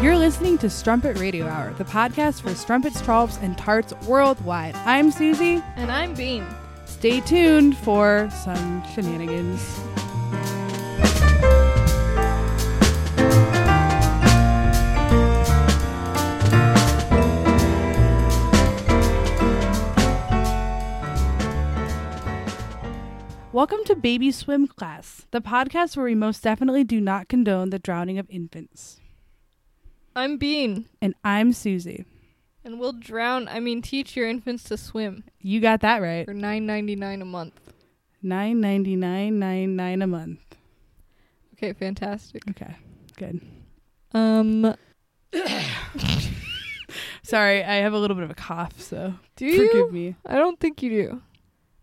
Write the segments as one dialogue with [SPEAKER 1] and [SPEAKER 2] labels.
[SPEAKER 1] listening to Strumpet Radio Hour, the podcast for strumpets, trollops, and tarts worldwide. I'm Susie.
[SPEAKER 2] And I'm Bean.
[SPEAKER 1] Stay tuned for some shenanigans. Welcome to Baby Swim Class, the podcast where we most definitely do not condone the drowning of infants.
[SPEAKER 2] I'm Bean.
[SPEAKER 1] And I'm Susie.
[SPEAKER 2] And we'll drown, I mean, teach your infants to swim
[SPEAKER 1] You got that right.
[SPEAKER 2] for nine ninety nine a month.
[SPEAKER 1] Nine ninety nine nine nine a month.
[SPEAKER 2] Okay, fantastic.
[SPEAKER 1] Okay, good.
[SPEAKER 2] Um,
[SPEAKER 1] Sorry, I have a little bit of a cough, so
[SPEAKER 2] do
[SPEAKER 1] forgive
[SPEAKER 2] you?
[SPEAKER 1] me.
[SPEAKER 2] I don't think you do.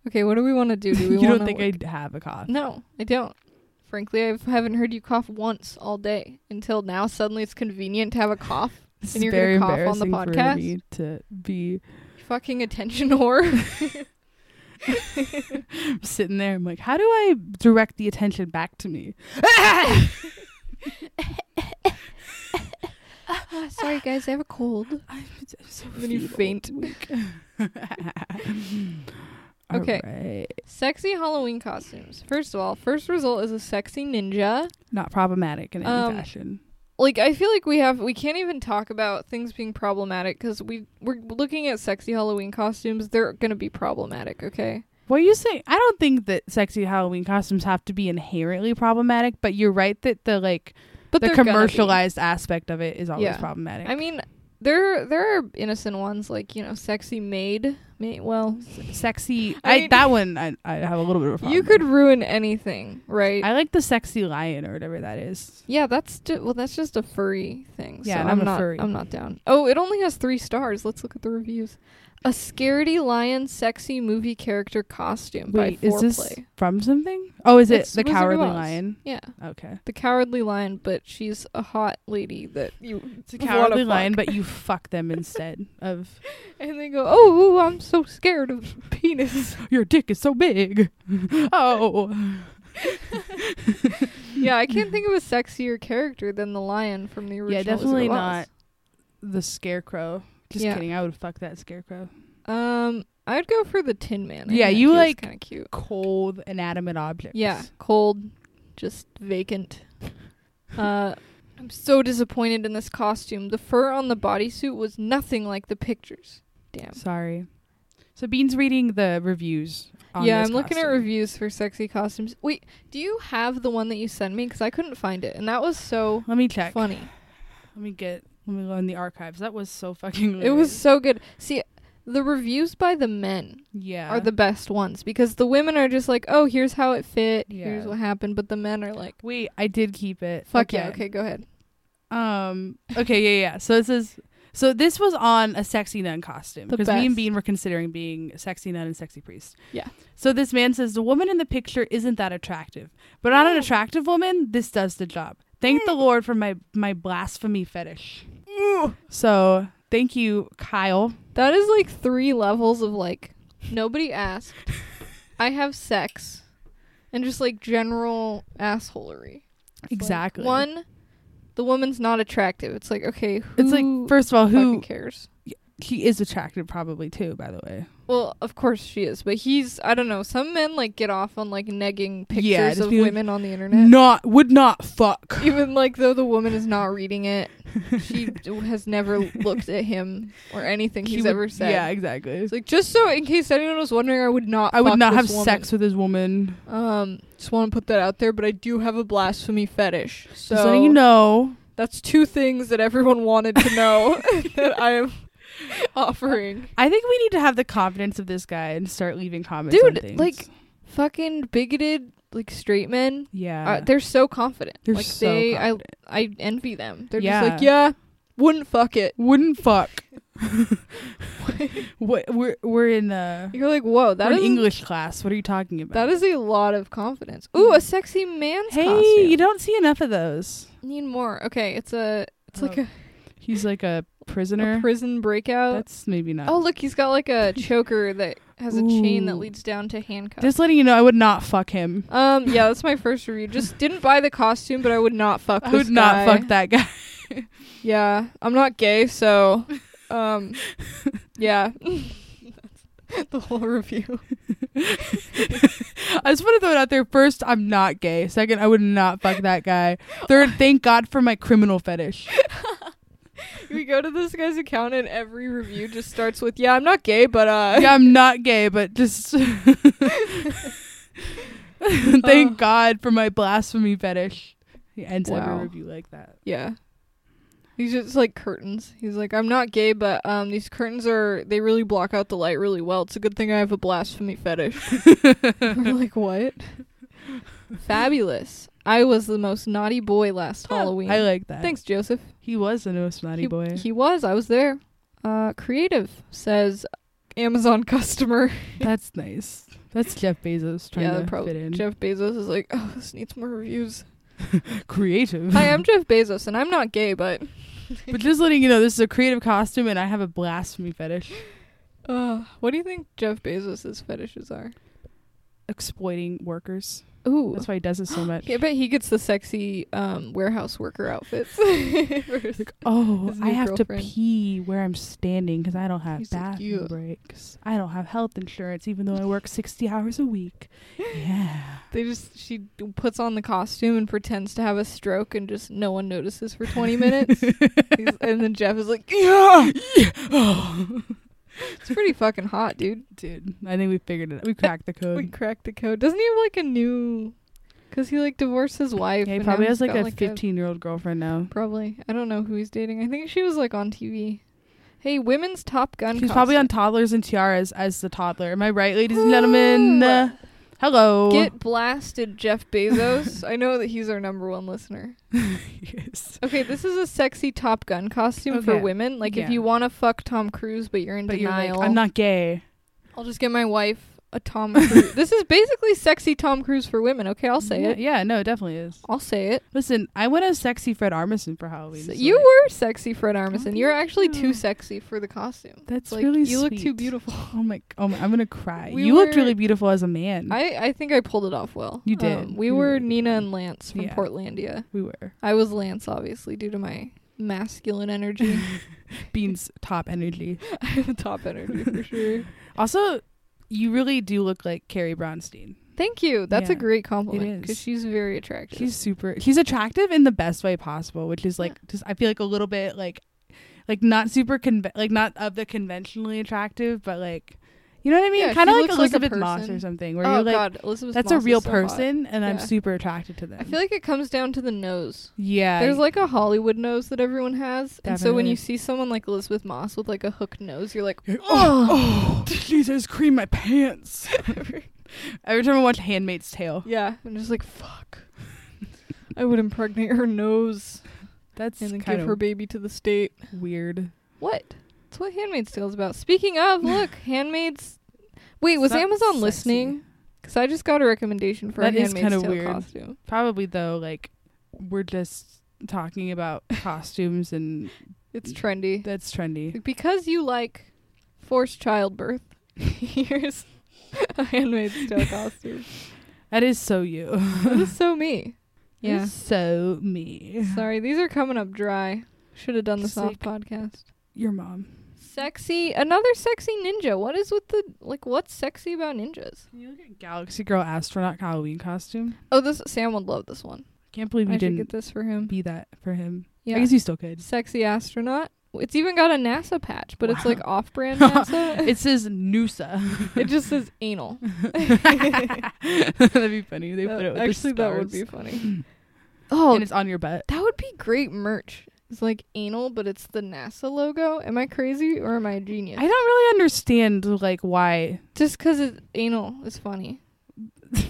[SPEAKER 2] Okay, what do we want to do? Do we
[SPEAKER 1] you don't
[SPEAKER 2] wanna
[SPEAKER 1] think
[SPEAKER 2] work-
[SPEAKER 1] I have a cough?
[SPEAKER 2] No, I don't. Frankly, I haven't heard you cough once all day until now. Suddenly, it's convenient to have a cough.
[SPEAKER 1] This
[SPEAKER 2] And
[SPEAKER 1] is
[SPEAKER 2] you're
[SPEAKER 1] very
[SPEAKER 2] gonna cough on the
[SPEAKER 1] embarrassing for
[SPEAKER 2] podcast?
[SPEAKER 1] me to be
[SPEAKER 2] Fucking attention whore.
[SPEAKER 1] sitting there. I'm like, how do I direct the attention back to me?
[SPEAKER 2] Sorry, guys, I have a cold.
[SPEAKER 1] I'm so
[SPEAKER 2] Then you
[SPEAKER 1] feeble,
[SPEAKER 2] faint.
[SPEAKER 1] weak.
[SPEAKER 2] Okay.
[SPEAKER 1] Alright.
[SPEAKER 2] Sexy Halloween costumes. First of all, first result is a sexy ninja.
[SPEAKER 1] Not problematic in any
[SPEAKER 2] Um,
[SPEAKER 1] fashion.
[SPEAKER 2] like I feel like we have we can't even talk about things being problematic because we we're looking at sexy Halloween costumes. They're gonna be problematic, okay?
[SPEAKER 1] What are you saying? I don't think that sexy Halloween costumes have to be inherently problematic, but you're right that the like
[SPEAKER 2] But
[SPEAKER 1] the
[SPEAKER 2] they're gonna be.
[SPEAKER 1] commercialized aspect of it is always
[SPEAKER 2] Yeah.
[SPEAKER 1] problematic.
[SPEAKER 2] I mean, there there are innocent ones like you know, sexy maid. Maid. Well,
[SPEAKER 1] sexy.
[SPEAKER 2] I
[SPEAKER 1] I,
[SPEAKER 2] mean-
[SPEAKER 1] that one I, I have a little bit of a problem.
[SPEAKER 2] you could
[SPEAKER 1] with.
[SPEAKER 2] ruin anything, right?
[SPEAKER 1] I like the sexy lion or whatever that is.
[SPEAKER 2] yeah, that's ju- well, that's just a furry thing.
[SPEAKER 1] Yeah,
[SPEAKER 2] so
[SPEAKER 1] and
[SPEAKER 2] I'm,
[SPEAKER 1] I'm a
[SPEAKER 2] not.
[SPEAKER 1] furry.
[SPEAKER 2] I'm not down. Oh, it only has three stars. Let's look at the reviews. A scaredy lion, sexy movie character costume
[SPEAKER 1] Wait,
[SPEAKER 2] by
[SPEAKER 1] is
[SPEAKER 2] Foreplay.
[SPEAKER 1] this from something? Oh, is it
[SPEAKER 2] It's
[SPEAKER 1] the
[SPEAKER 2] Wizard of
[SPEAKER 1] cowardly
[SPEAKER 2] Oz.
[SPEAKER 1] lion?
[SPEAKER 2] yeah.
[SPEAKER 1] Okay,
[SPEAKER 2] the cowardly lion, but she's a hot lady that you
[SPEAKER 1] it's a
[SPEAKER 2] wanna
[SPEAKER 1] cowardly
[SPEAKER 2] fuck.
[SPEAKER 1] lion, but you fuck them instead of
[SPEAKER 2] and they go, oh, ooh, I'm so scared of penis.
[SPEAKER 1] your dick is so big. oh,
[SPEAKER 2] yeah, I can't think of a sexier character than the lion from the
[SPEAKER 1] yeah,
[SPEAKER 2] original.
[SPEAKER 1] definitely
[SPEAKER 2] Wizard of Oz.
[SPEAKER 1] not the scarecrow. Just
[SPEAKER 2] Yeah.
[SPEAKER 1] kidding. I would fuck that scarecrow.
[SPEAKER 2] Um, I'd go for the Tin Man. I
[SPEAKER 1] Yeah,
[SPEAKER 2] think
[SPEAKER 1] you
[SPEAKER 2] he was
[SPEAKER 1] like-
[SPEAKER 2] kind of cute.
[SPEAKER 1] Cold, inanimate objects.
[SPEAKER 2] Yeah, cold, just vacant. Uh, I'm so disappointed in this costume. The fur on the bodysuit was nothing like the pictures. Damn.
[SPEAKER 1] Sorry. So Bean's reading the reviews. On
[SPEAKER 2] yeah, I'm
[SPEAKER 1] this
[SPEAKER 2] looking at
[SPEAKER 1] costume.
[SPEAKER 2] reviews for sexy costumes. Wait, do you have the one that you sent me? Because I couldn't find it, and that was so
[SPEAKER 1] Let me check.
[SPEAKER 2] funny.
[SPEAKER 1] Let me get. Let me go in the archives. That was so fucking.
[SPEAKER 2] It
[SPEAKER 1] weird.
[SPEAKER 2] was so good. See, the reviews by the men
[SPEAKER 1] Yeah.
[SPEAKER 2] are the best ones because the women are just like, "Oh, here's how it fit. Here's
[SPEAKER 1] Yeah.
[SPEAKER 2] what happened," but the men are like,
[SPEAKER 1] Wait, I did keep it.
[SPEAKER 2] "Fuck yeah, okay, go ahead."
[SPEAKER 1] Um. Okay. Yeah. Yeah. So this is. So this was on a sexy nun costume
[SPEAKER 2] The
[SPEAKER 1] because me and
[SPEAKER 2] best.
[SPEAKER 1] Bean were considering being sexy nun and sexy priest.
[SPEAKER 2] Yeah.
[SPEAKER 1] So this man says the woman in the picture isn't that attractive, but on an
[SPEAKER 2] Mm.
[SPEAKER 1] attractive woman, this does the job. Thank the Lord for my my blasphemy fetish. So thank you, Kyle.
[SPEAKER 2] That is like three levels of like nobody asked. I have sex, and just like general assholery. It's like,
[SPEAKER 1] Exactly.
[SPEAKER 2] one, the woman's not attractive. It's like okay, who
[SPEAKER 1] It's like first of all,
[SPEAKER 2] fucking
[SPEAKER 1] who
[SPEAKER 2] cares?
[SPEAKER 1] he is attractive probably too. By the way.
[SPEAKER 2] Well, of course she is, but he's I don't know. Some men like get off on like negging pictures
[SPEAKER 1] Yeah, just
[SPEAKER 2] of
[SPEAKER 1] be like,
[SPEAKER 2] women on the internet,
[SPEAKER 1] Not would not fuck.
[SPEAKER 2] even like though the woman is not reading it. She d- has never looked at him or anything
[SPEAKER 1] He
[SPEAKER 2] he's
[SPEAKER 1] would-
[SPEAKER 2] ever said.
[SPEAKER 1] Yeah, exactly.
[SPEAKER 2] It's like just so in case anyone was wondering, I would not.
[SPEAKER 1] I would
[SPEAKER 2] fuck
[SPEAKER 1] not
[SPEAKER 2] this
[SPEAKER 1] have
[SPEAKER 2] woman.
[SPEAKER 1] sex with this woman.
[SPEAKER 2] Um, just want to put that out there, but I do have a blasphemy fetish. So
[SPEAKER 1] Just letting you know.
[SPEAKER 2] that's two things that everyone wanted to know that I am offering.
[SPEAKER 1] I think we need to have the confidence of this guy and start leaving comments.
[SPEAKER 2] Dude,
[SPEAKER 1] on things.
[SPEAKER 2] like- fucking bigoted like straight men
[SPEAKER 1] yeah,
[SPEAKER 2] uh, they're so confident
[SPEAKER 1] They're
[SPEAKER 2] like
[SPEAKER 1] so
[SPEAKER 2] they
[SPEAKER 1] confident.
[SPEAKER 2] i i envy them they're
[SPEAKER 1] Yeah.
[SPEAKER 2] just like yeah wouldn't fuck it
[SPEAKER 1] wouldn't fuck. what we're we're in uh,
[SPEAKER 2] you're like whoa
[SPEAKER 1] we're
[SPEAKER 2] that
[SPEAKER 1] in
[SPEAKER 2] is
[SPEAKER 1] English class. What are you talking about?
[SPEAKER 2] that is a lot of confidence ooh a sexy man's
[SPEAKER 1] Hey,
[SPEAKER 2] costume
[SPEAKER 1] you don't see enough of those.
[SPEAKER 2] need more okay it's a it's like
[SPEAKER 1] Oh,
[SPEAKER 2] a,
[SPEAKER 1] He's like a prisoner.
[SPEAKER 2] a prison breakout
[SPEAKER 1] That's maybe not.
[SPEAKER 2] oh look he's got like a choker that has a chain that
[SPEAKER 1] Ooh.
[SPEAKER 2] leads down to handcuffs
[SPEAKER 1] Just letting you know, I would not fuck him.
[SPEAKER 2] um yeah that's my first review just didn't buy the costume but i would not fuck
[SPEAKER 1] I
[SPEAKER 2] this
[SPEAKER 1] would not
[SPEAKER 2] guy.
[SPEAKER 1] fuck that guy.
[SPEAKER 2] Yeah, I'm not gay, so um yeah. That's the whole review.
[SPEAKER 1] I just want to throw it out there. First, I'm not gay. Second, I would not fuck that guy. Third, thank God for my criminal fetish.
[SPEAKER 2] we go to this guy's account and every review just starts with, "Yeah, I'm not gay, but uh
[SPEAKER 1] Yeah, I'm not gay, but just thank
[SPEAKER 2] Oh.
[SPEAKER 1] God for my blasphemy fetish. He ends
[SPEAKER 2] Wow.
[SPEAKER 1] every review like that.
[SPEAKER 2] Yeah. He's just like curtains. He's like, I'm not gay, but um, these curtains are they really block out the light really well. It's a good thing I have a blasphemy fetish. We're like, what? Fabulous. I was the most naughty boy last Halloween.
[SPEAKER 1] I like that.
[SPEAKER 2] Thanks, Joseph.
[SPEAKER 1] He was the most naughty
[SPEAKER 2] he,
[SPEAKER 1] boy.
[SPEAKER 2] he was. I was there. Uh, creative says Amazon customer.
[SPEAKER 1] That's nice. That's Jeff Bezos trying
[SPEAKER 2] yeah,
[SPEAKER 1] to
[SPEAKER 2] probably.
[SPEAKER 1] fit in.
[SPEAKER 2] Jeff Bezos is like, oh, this needs more reviews.
[SPEAKER 1] Creative.
[SPEAKER 2] Hi, I'm Jeff Bezos, and I'm not gay, but
[SPEAKER 1] but just letting you know, this is a creative costume, and I have a blasphemy fetish.
[SPEAKER 2] uh, what do you think Jeff Bezos's fetishes are?
[SPEAKER 1] Exploiting workers.
[SPEAKER 2] Ooh,
[SPEAKER 1] That's why he does it so much.
[SPEAKER 2] Yeah, I bet he gets the sexy um, warehouse worker outfits.
[SPEAKER 1] It's like, oh,
[SPEAKER 2] His new
[SPEAKER 1] I have
[SPEAKER 2] girlfriend.
[SPEAKER 1] to pee where I'm standing because I don't have
[SPEAKER 2] He's like,
[SPEAKER 1] bathroom
[SPEAKER 2] "Yeah."
[SPEAKER 1] breaks. I don't have health insurance, even though I work 60 hours a week. Yeah.
[SPEAKER 2] they just she puts on the costume and pretends to have a stroke, and just no one notices for twenty minutes. He's- and then Jeff is like,
[SPEAKER 1] yeah. Oh.
[SPEAKER 2] "It's pretty fucking hot, dude.
[SPEAKER 1] Dude, I think we figured it out. We cracked the
[SPEAKER 2] We
[SPEAKER 1] code.
[SPEAKER 2] cracked the code." Doesn't he have like a new? Because he like divorced his wife.
[SPEAKER 1] Yeah, he
[SPEAKER 2] and now
[SPEAKER 1] probably
[SPEAKER 2] he's
[SPEAKER 1] has like
[SPEAKER 2] got,
[SPEAKER 1] a 15 year old girlfriend now.
[SPEAKER 2] probably. I don't know who he's dating. I think she was like on TV. Hey, women's Top Gun.
[SPEAKER 1] She's probably on
[SPEAKER 2] costume.
[SPEAKER 1] Toddlers and Tiaras as the toddler. Am I right, ladies and gentlemen?
[SPEAKER 2] Ooh.
[SPEAKER 1] Uh, hello.
[SPEAKER 2] Get blasted, Jeff Bezos. I know that he's our number one listener.
[SPEAKER 1] yes.
[SPEAKER 2] Okay, this is a sexy Top Gun costume for
[SPEAKER 1] Okay.
[SPEAKER 2] women. Like, if
[SPEAKER 1] Yeah.
[SPEAKER 2] you want to fuck Tom Cruise, but you're in
[SPEAKER 1] But you're
[SPEAKER 2] denial,
[SPEAKER 1] like, I'm not gay.
[SPEAKER 2] I'll just get my wife a Tom Cruise. this is basically sexy Tom Cruise for women. Okay, I'll say
[SPEAKER 1] yeah,
[SPEAKER 2] it.
[SPEAKER 1] Yeah, no, it definitely is.
[SPEAKER 2] I'll say it.
[SPEAKER 1] Listen, I went as sexy Fred Armisen for Halloween.
[SPEAKER 2] So
[SPEAKER 1] so
[SPEAKER 2] you
[SPEAKER 1] like-
[SPEAKER 2] were sexy, Fred Armisen.
[SPEAKER 1] thank
[SPEAKER 2] You're actually
[SPEAKER 1] you.
[SPEAKER 2] too sexy for the costume.
[SPEAKER 1] That's
[SPEAKER 2] like,
[SPEAKER 1] really
[SPEAKER 2] you look too
[SPEAKER 1] sweet.
[SPEAKER 2] beautiful.
[SPEAKER 1] Oh my! Oh my! I'm gonna cry.
[SPEAKER 2] We
[SPEAKER 1] you looked
[SPEAKER 2] were-
[SPEAKER 1] really beautiful as a man.
[SPEAKER 2] I, I think I pulled it off well.
[SPEAKER 1] You did.
[SPEAKER 2] Um, we
[SPEAKER 1] You
[SPEAKER 2] were
[SPEAKER 1] really
[SPEAKER 2] Nina
[SPEAKER 1] did.
[SPEAKER 2] and Lance from
[SPEAKER 1] Yeah.
[SPEAKER 2] Portlandia.
[SPEAKER 1] we were
[SPEAKER 2] I was Lance, obviously, due to my masculine energy.
[SPEAKER 1] Bean's top energy.
[SPEAKER 2] I have top energy for sure.
[SPEAKER 1] Also, you really do look like Carrie Bronstein.
[SPEAKER 2] Thank you. That's a
[SPEAKER 1] Yeah,
[SPEAKER 2] great compliment
[SPEAKER 1] is.
[SPEAKER 2] because she's very attractive.
[SPEAKER 1] She's super. She's attractive in the best way possible, which is like just. I feel like a little bit like, like not super conve- like not of the conventionally attractive, but like, you know what I mean?
[SPEAKER 2] Yeah,
[SPEAKER 1] kind of
[SPEAKER 2] she
[SPEAKER 1] like
[SPEAKER 2] looks like a
[SPEAKER 1] Elizabeth Moss
[SPEAKER 2] person.
[SPEAKER 1] or something, where
[SPEAKER 2] oh
[SPEAKER 1] you're like,
[SPEAKER 2] God, Elizabeth.
[SPEAKER 1] that's
[SPEAKER 2] Moss
[SPEAKER 1] a
[SPEAKER 2] is
[SPEAKER 1] real
[SPEAKER 2] so hot.
[SPEAKER 1] person, and I'm
[SPEAKER 2] Yeah.
[SPEAKER 1] super attracted to them.
[SPEAKER 2] I feel like it comes down to the nose.
[SPEAKER 1] yeah,
[SPEAKER 2] There's like a Hollywood nose that everyone has, and so when
[SPEAKER 1] Definitely.
[SPEAKER 2] you see someone like Elizabeth Moss with like a hook nose, you're like,
[SPEAKER 1] You're like,
[SPEAKER 2] Oh.
[SPEAKER 1] oh, Jesus, cream my pants. Every time I watch Handmaid's Tale,
[SPEAKER 2] yeah, I'm just like, fuck. I would impregnate her nose
[SPEAKER 1] that's
[SPEAKER 2] and then
[SPEAKER 1] kind
[SPEAKER 2] give
[SPEAKER 1] of
[SPEAKER 2] her baby to the state.
[SPEAKER 1] weird.
[SPEAKER 2] What? That's what Handmaid's Tale is about. Speaking of, look, Handmaid's. Wait, was
[SPEAKER 1] not
[SPEAKER 2] Amazon
[SPEAKER 1] sexy.
[SPEAKER 2] listening? Because I just got a recommendation for a
[SPEAKER 1] That is
[SPEAKER 2] Handmaid's
[SPEAKER 1] kinda
[SPEAKER 2] Tale
[SPEAKER 1] weird.
[SPEAKER 2] costume.
[SPEAKER 1] Probably though, like we're just talking about costumes, and
[SPEAKER 2] It's trendy.
[SPEAKER 1] that's trendy.
[SPEAKER 2] Because you like forced childbirth, here's a Handmaid's Tale costume.
[SPEAKER 1] That is so you.
[SPEAKER 2] That is so me.
[SPEAKER 1] It's so me.
[SPEAKER 2] Sorry, these are coming up dry. Should have done this
[SPEAKER 1] Just
[SPEAKER 2] off
[SPEAKER 1] like-
[SPEAKER 2] podcast.
[SPEAKER 1] Your mom.
[SPEAKER 2] Sexy, another sexy ninja. What is with the like? What's sexy about ninjas?
[SPEAKER 1] You look at Galaxy Girl astronaut Halloween costume.
[SPEAKER 2] Oh, this Sam would love this one.
[SPEAKER 1] Can't believe
[SPEAKER 2] I
[SPEAKER 1] you
[SPEAKER 2] should
[SPEAKER 1] didn't
[SPEAKER 2] get this for him.
[SPEAKER 1] be that for him. I
[SPEAKER 2] Yeah,
[SPEAKER 1] guess you still could.
[SPEAKER 2] sexy astronaut. It's even got a NASA patch, but it's like off-brand NASA.
[SPEAKER 1] It says Noosa.
[SPEAKER 2] it just says anal.
[SPEAKER 1] That'd be funny. They put
[SPEAKER 2] That-
[SPEAKER 1] it with the
[SPEAKER 2] actually, that would be
[SPEAKER 1] stars.
[SPEAKER 2] funny. oh,
[SPEAKER 1] and it's on your butt.
[SPEAKER 2] That would be great merch. It's like anal, but it's the NASA logo. Am I crazy or am I a genius?
[SPEAKER 1] I don't really understand like why
[SPEAKER 2] Just 'cause it's anal is funny,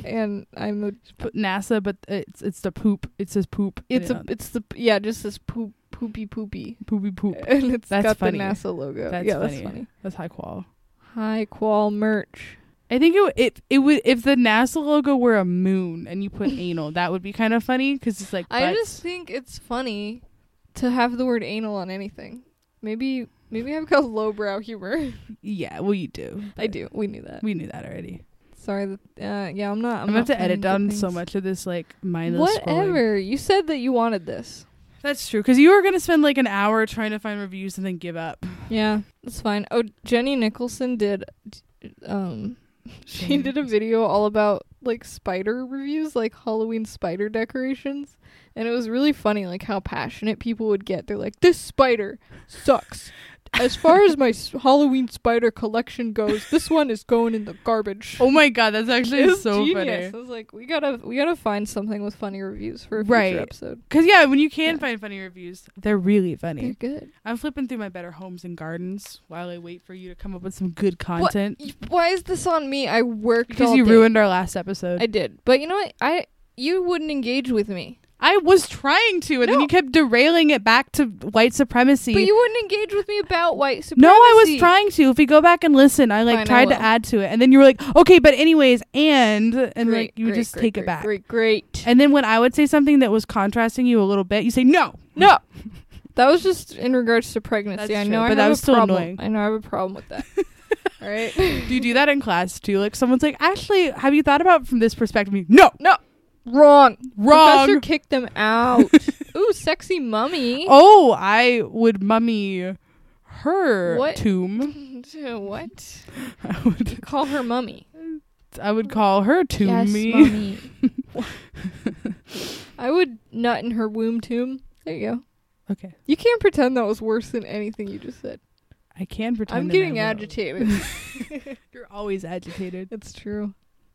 [SPEAKER 2] and I'm a.
[SPEAKER 1] put NASA, but it's it's the poop. It says poop. and
[SPEAKER 2] It's
[SPEAKER 1] it-
[SPEAKER 2] a. It's the. Yeah, just this poop, poopy, poopy,
[SPEAKER 1] poopy poop.
[SPEAKER 2] and it's
[SPEAKER 1] That's
[SPEAKER 2] got
[SPEAKER 1] funny.
[SPEAKER 2] the NASA logo.
[SPEAKER 1] That's
[SPEAKER 2] yeah, that's
[SPEAKER 1] funny.
[SPEAKER 2] funny.
[SPEAKER 1] That's high qual.
[SPEAKER 2] High qual merch.
[SPEAKER 1] I think it, w- it it would if the NASA logo were a moon and you put anal, that would be kind of funny because it's like
[SPEAKER 2] I
[SPEAKER 1] butts.
[SPEAKER 2] just think it's funny to have the word anal on anything. Maybe, maybe I've got lowbrow humor.
[SPEAKER 1] yeah. Well, you do.
[SPEAKER 2] I
[SPEAKER 1] but
[SPEAKER 2] do. We knew that.
[SPEAKER 1] We knew that already.
[SPEAKER 2] Sorry. That, uh, yeah, I'm not. I'm,
[SPEAKER 1] I'm, gonna
[SPEAKER 2] not
[SPEAKER 1] have to
[SPEAKER 2] funny
[SPEAKER 1] edit
[SPEAKER 2] good
[SPEAKER 1] down so
[SPEAKER 2] things.
[SPEAKER 1] much of this like mindless. scrolling.
[SPEAKER 2] Whatever. You said that you wanted this.
[SPEAKER 1] That's true. Because you were going to spend like an hour trying to find reviews and then give up.
[SPEAKER 2] Yeah, that's fine. Oh, Jenny Nicholson did. Um, she did a video all about like spider reviews, like Halloween spider decorations, and it was really funny, like how passionate people would get. They're like, "This spider sucks." As far as my s- Halloween spider collection goes, this one is going in the garbage.
[SPEAKER 1] Oh my God. That's actually
[SPEAKER 2] It's
[SPEAKER 1] so
[SPEAKER 2] genius.
[SPEAKER 1] funny.
[SPEAKER 2] I was like, we gotta, we gotta find something with funny reviews for a future
[SPEAKER 1] Right.
[SPEAKER 2] episode.
[SPEAKER 1] Because, yeah, when you can
[SPEAKER 2] Yeah. Mm.
[SPEAKER 1] find funny reviews, they're really
[SPEAKER 2] They're
[SPEAKER 1] funny.
[SPEAKER 2] good.
[SPEAKER 1] I'm flipping through my better homes and gardens while I wait for you to come up with some good content.
[SPEAKER 2] Why is this on me? I worked
[SPEAKER 1] Because
[SPEAKER 2] all
[SPEAKER 1] you
[SPEAKER 2] day.
[SPEAKER 1] ruined our last episode.
[SPEAKER 2] I did, but you know what? I you wouldn't engage with me,
[SPEAKER 1] I, was trying to, and then
[SPEAKER 2] No.
[SPEAKER 1] you kept derailing it back to white supremacy.
[SPEAKER 2] but you wouldn't engage with me about white supremacy.
[SPEAKER 1] No, I was trying to. If we go back and listen, I like
[SPEAKER 2] Fine, I
[SPEAKER 1] tried to
[SPEAKER 2] will.
[SPEAKER 1] add to it, and then you were like, "Okay, but anyways," and and
[SPEAKER 2] Great,
[SPEAKER 1] like you would
[SPEAKER 2] great,
[SPEAKER 1] just
[SPEAKER 2] great,
[SPEAKER 1] take
[SPEAKER 2] great,
[SPEAKER 1] it back.
[SPEAKER 2] Great, great.
[SPEAKER 1] And then when I would say something that was contrasting you a little bit, you say, "No."
[SPEAKER 2] no, that was just in regards to pregnancy.
[SPEAKER 1] That's
[SPEAKER 2] I
[SPEAKER 1] true,
[SPEAKER 2] know, I
[SPEAKER 1] but that
[SPEAKER 2] have
[SPEAKER 1] was
[SPEAKER 2] a
[SPEAKER 1] still
[SPEAKER 2] problem.
[SPEAKER 1] annoying.
[SPEAKER 2] I know I have a problem with that. all right.
[SPEAKER 1] Do you do that in class too? Like someone's like, "Actually, have you thought about it from this perspective?" You, no,
[SPEAKER 2] Wrong.
[SPEAKER 1] wrong.
[SPEAKER 2] Professor kicked them out. Ooh, sexy mummy.
[SPEAKER 1] Oh, I would mummy her
[SPEAKER 2] What?
[SPEAKER 1] tomb.
[SPEAKER 2] what?
[SPEAKER 1] I would,
[SPEAKER 2] Call her mummy.
[SPEAKER 1] I would call her tomb
[SPEAKER 2] yes,
[SPEAKER 1] me.
[SPEAKER 2] mummy. I would nut in her womb tomb. There you go.
[SPEAKER 1] Okay,
[SPEAKER 2] You can't pretend that was worse than anything you just said.
[SPEAKER 1] I can pretend.
[SPEAKER 2] I'm
[SPEAKER 1] that I
[SPEAKER 2] getting
[SPEAKER 1] will.
[SPEAKER 2] agitated.
[SPEAKER 1] You're always agitated.
[SPEAKER 2] it's true.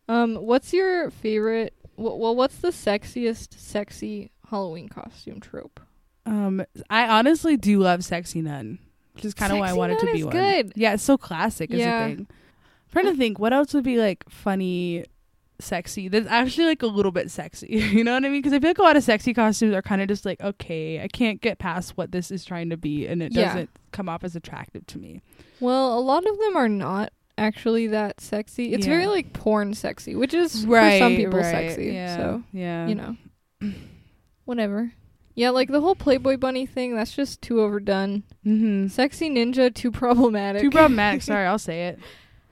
[SPEAKER 2] Um, what's your favorite? Well, well, what's the sexiest sexy Halloween costume trope?
[SPEAKER 1] Um, I honestly do love sexy nun, which is kind of why I
[SPEAKER 2] Sexy
[SPEAKER 1] wanted
[SPEAKER 2] Nun
[SPEAKER 1] to be
[SPEAKER 2] is
[SPEAKER 1] one.
[SPEAKER 2] good.
[SPEAKER 1] Yeah, it's so classic
[SPEAKER 2] Yeah.
[SPEAKER 1] is a thing. I'm trying to think, what else would be like funny, sexy? That's actually like a little bit sexy. You know what I mean? Because I feel like a lot of sexy costumes are kind of just like, okay, I can't get past what this is trying to be, and it
[SPEAKER 2] Yeah.
[SPEAKER 1] doesn't come off as attractive to me.
[SPEAKER 2] Well, a lot of them are not actually that sexy. It's very
[SPEAKER 1] Yeah.
[SPEAKER 2] like porn sexy, which is for some people sexy.
[SPEAKER 1] Yeah,
[SPEAKER 2] So
[SPEAKER 1] yeah,
[SPEAKER 2] you know, whatever. Yeah, like the whole Playboy bunny thing. That's just too overdone.
[SPEAKER 1] hmm
[SPEAKER 2] Sexy ninja too problematic.
[SPEAKER 1] too problematic. Sorry, I'll say it.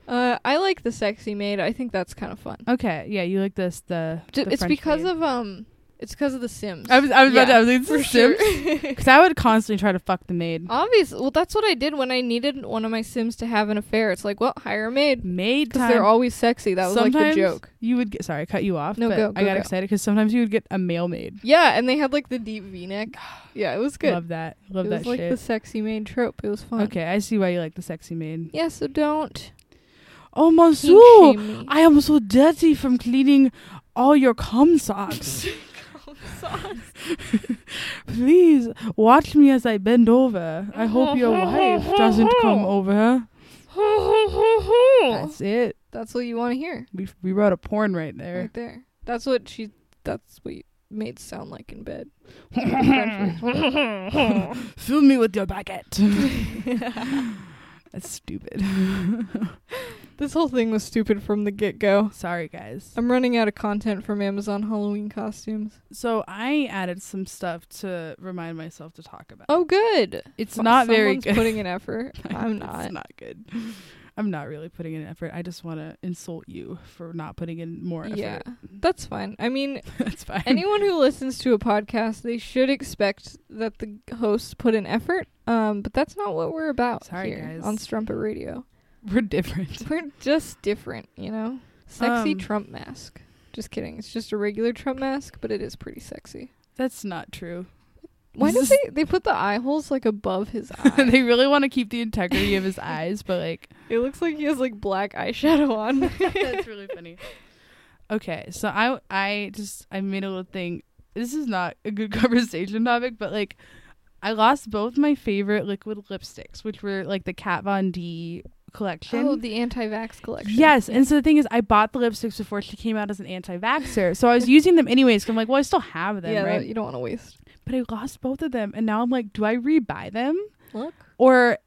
[SPEAKER 2] Uh, I like the sexy maid. I think that's kind of fun.
[SPEAKER 1] Okay, yeah, you like this the.
[SPEAKER 2] Ju-
[SPEAKER 1] the
[SPEAKER 2] it's
[SPEAKER 1] French
[SPEAKER 2] because
[SPEAKER 1] maid.
[SPEAKER 2] of um, it's because of the Sims.
[SPEAKER 1] I was I was about to
[SPEAKER 2] Yeah,
[SPEAKER 1] I was like,
[SPEAKER 2] for
[SPEAKER 1] for sure.
[SPEAKER 2] sure.
[SPEAKER 1] Because I would constantly try to fuck the maid.
[SPEAKER 2] Obviously, well, that's what I did when I needed one of my Sims to have an affair. It's like, well, hire a maid
[SPEAKER 1] Maid
[SPEAKER 2] because
[SPEAKER 1] time.
[SPEAKER 2] they're always sexy. That was like
[SPEAKER 1] Sometimes
[SPEAKER 2] the joke.
[SPEAKER 1] You would get sorry, I cut you off.
[SPEAKER 2] No,
[SPEAKER 1] but
[SPEAKER 2] go,
[SPEAKER 1] I
[SPEAKER 2] go,
[SPEAKER 1] got
[SPEAKER 2] go.
[SPEAKER 1] excited because sometimes you would get a male maid.
[SPEAKER 2] Yeah, and they had like the deep V neck. Yeah, it was good.
[SPEAKER 1] Love that. Love
[SPEAKER 2] it
[SPEAKER 1] that
[SPEAKER 2] was like
[SPEAKER 1] shit.
[SPEAKER 2] the sexy maid trope. It was fun.
[SPEAKER 1] okay, I see why you like the sexy maid.
[SPEAKER 2] Yeah, so don't.
[SPEAKER 1] Oh
[SPEAKER 2] kink
[SPEAKER 1] Masu,
[SPEAKER 2] shame me.
[SPEAKER 1] I am so dirty from cleaning all your cum socks. Please watch me as I bend over. I hope your wife doesn't come over. That's it.
[SPEAKER 2] That's what you want to hear
[SPEAKER 1] We we wrote a porn right there.
[SPEAKER 2] right there. That's what she. That's what you made sound like in bed.
[SPEAKER 1] Fill me with your bucket. That's stupid.
[SPEAKER 2] This whole thing was stupid from the get go.
[SPEAKER 1] Sorry, guys.
[SPEAKER 2] I'm running out of content from Amazon Halloween costumes.
[SPEAKER 1] So I added some stuff to remind myself to talk about.
[SPEAKER 2] Oh, good.
[SPEAKER 1] It's not very
[SPEAKER 2] Someone's
[SPEAKER 1] good.
[SPEAKER 2] Putting an effort. I'm
[SPEAKER 1] It's
[SPEAKER 2] not.
[SPEAKER 1] not good. I'm not really putting in effort. I just want to insult you for not putting in more effort.
[SPEAKER 2] Yeah, that's fine. I mean,
[SPEAKER 1] That's fine.
[SPEAKER 2] anyone who listens to a podcast, they should expect that the hosts put in effort. Um, but that's not what we're about
[SPEAKER 1] Sorry,
[SPEAKER 2] here
[SPEAKER 1] guys.
[SPEAKER 2] on Strumpet Radio.
[SPEAKER 1] We're different.
[SPEAKER 2] We're just different, you know. Sexy
[SPEAKER 1] Um,
[SPEAKER 2] Trump mask. Just kidding. It's just a regular Trump mask, but it is pretty sexy.
[SPEAKER 1] That's not true.
[SPEAKER 2] Why do
[SPEAKER 1] This
[SPEAKER 2] they they put the eye holes like above his eye?
[SPEAKER 1] they really want to keep the integrity of his eyes, but like
[SPEAKER 2] It looks like he has like black eyeshadow on.
[SPEAKER 1] that's really funny. Okay, so I I just I made a little thing. This is not a good conversation topic, but like I lost both my favorite liquid lipsticks, which were like the Kat Von D collection.
[SPEAKER 2] oh, the anti-vax collection.
[SPEAKER 1] Yes, and so the thing is, I bought the lipsticks before she came out as an anti-vaxxer, so I was using them anyways. 'cause I'm like, well, I still have them,
[SPEAKER 2] yeah, that-
[SPEAKER 1] right?
[SPEAKER 2] you don't want to waste.
[SPEAKER 1] But I lost both of them, and now I'm like, do I rebuy them?
[SPEAKER 2] Look.
[SPEAKER 1] or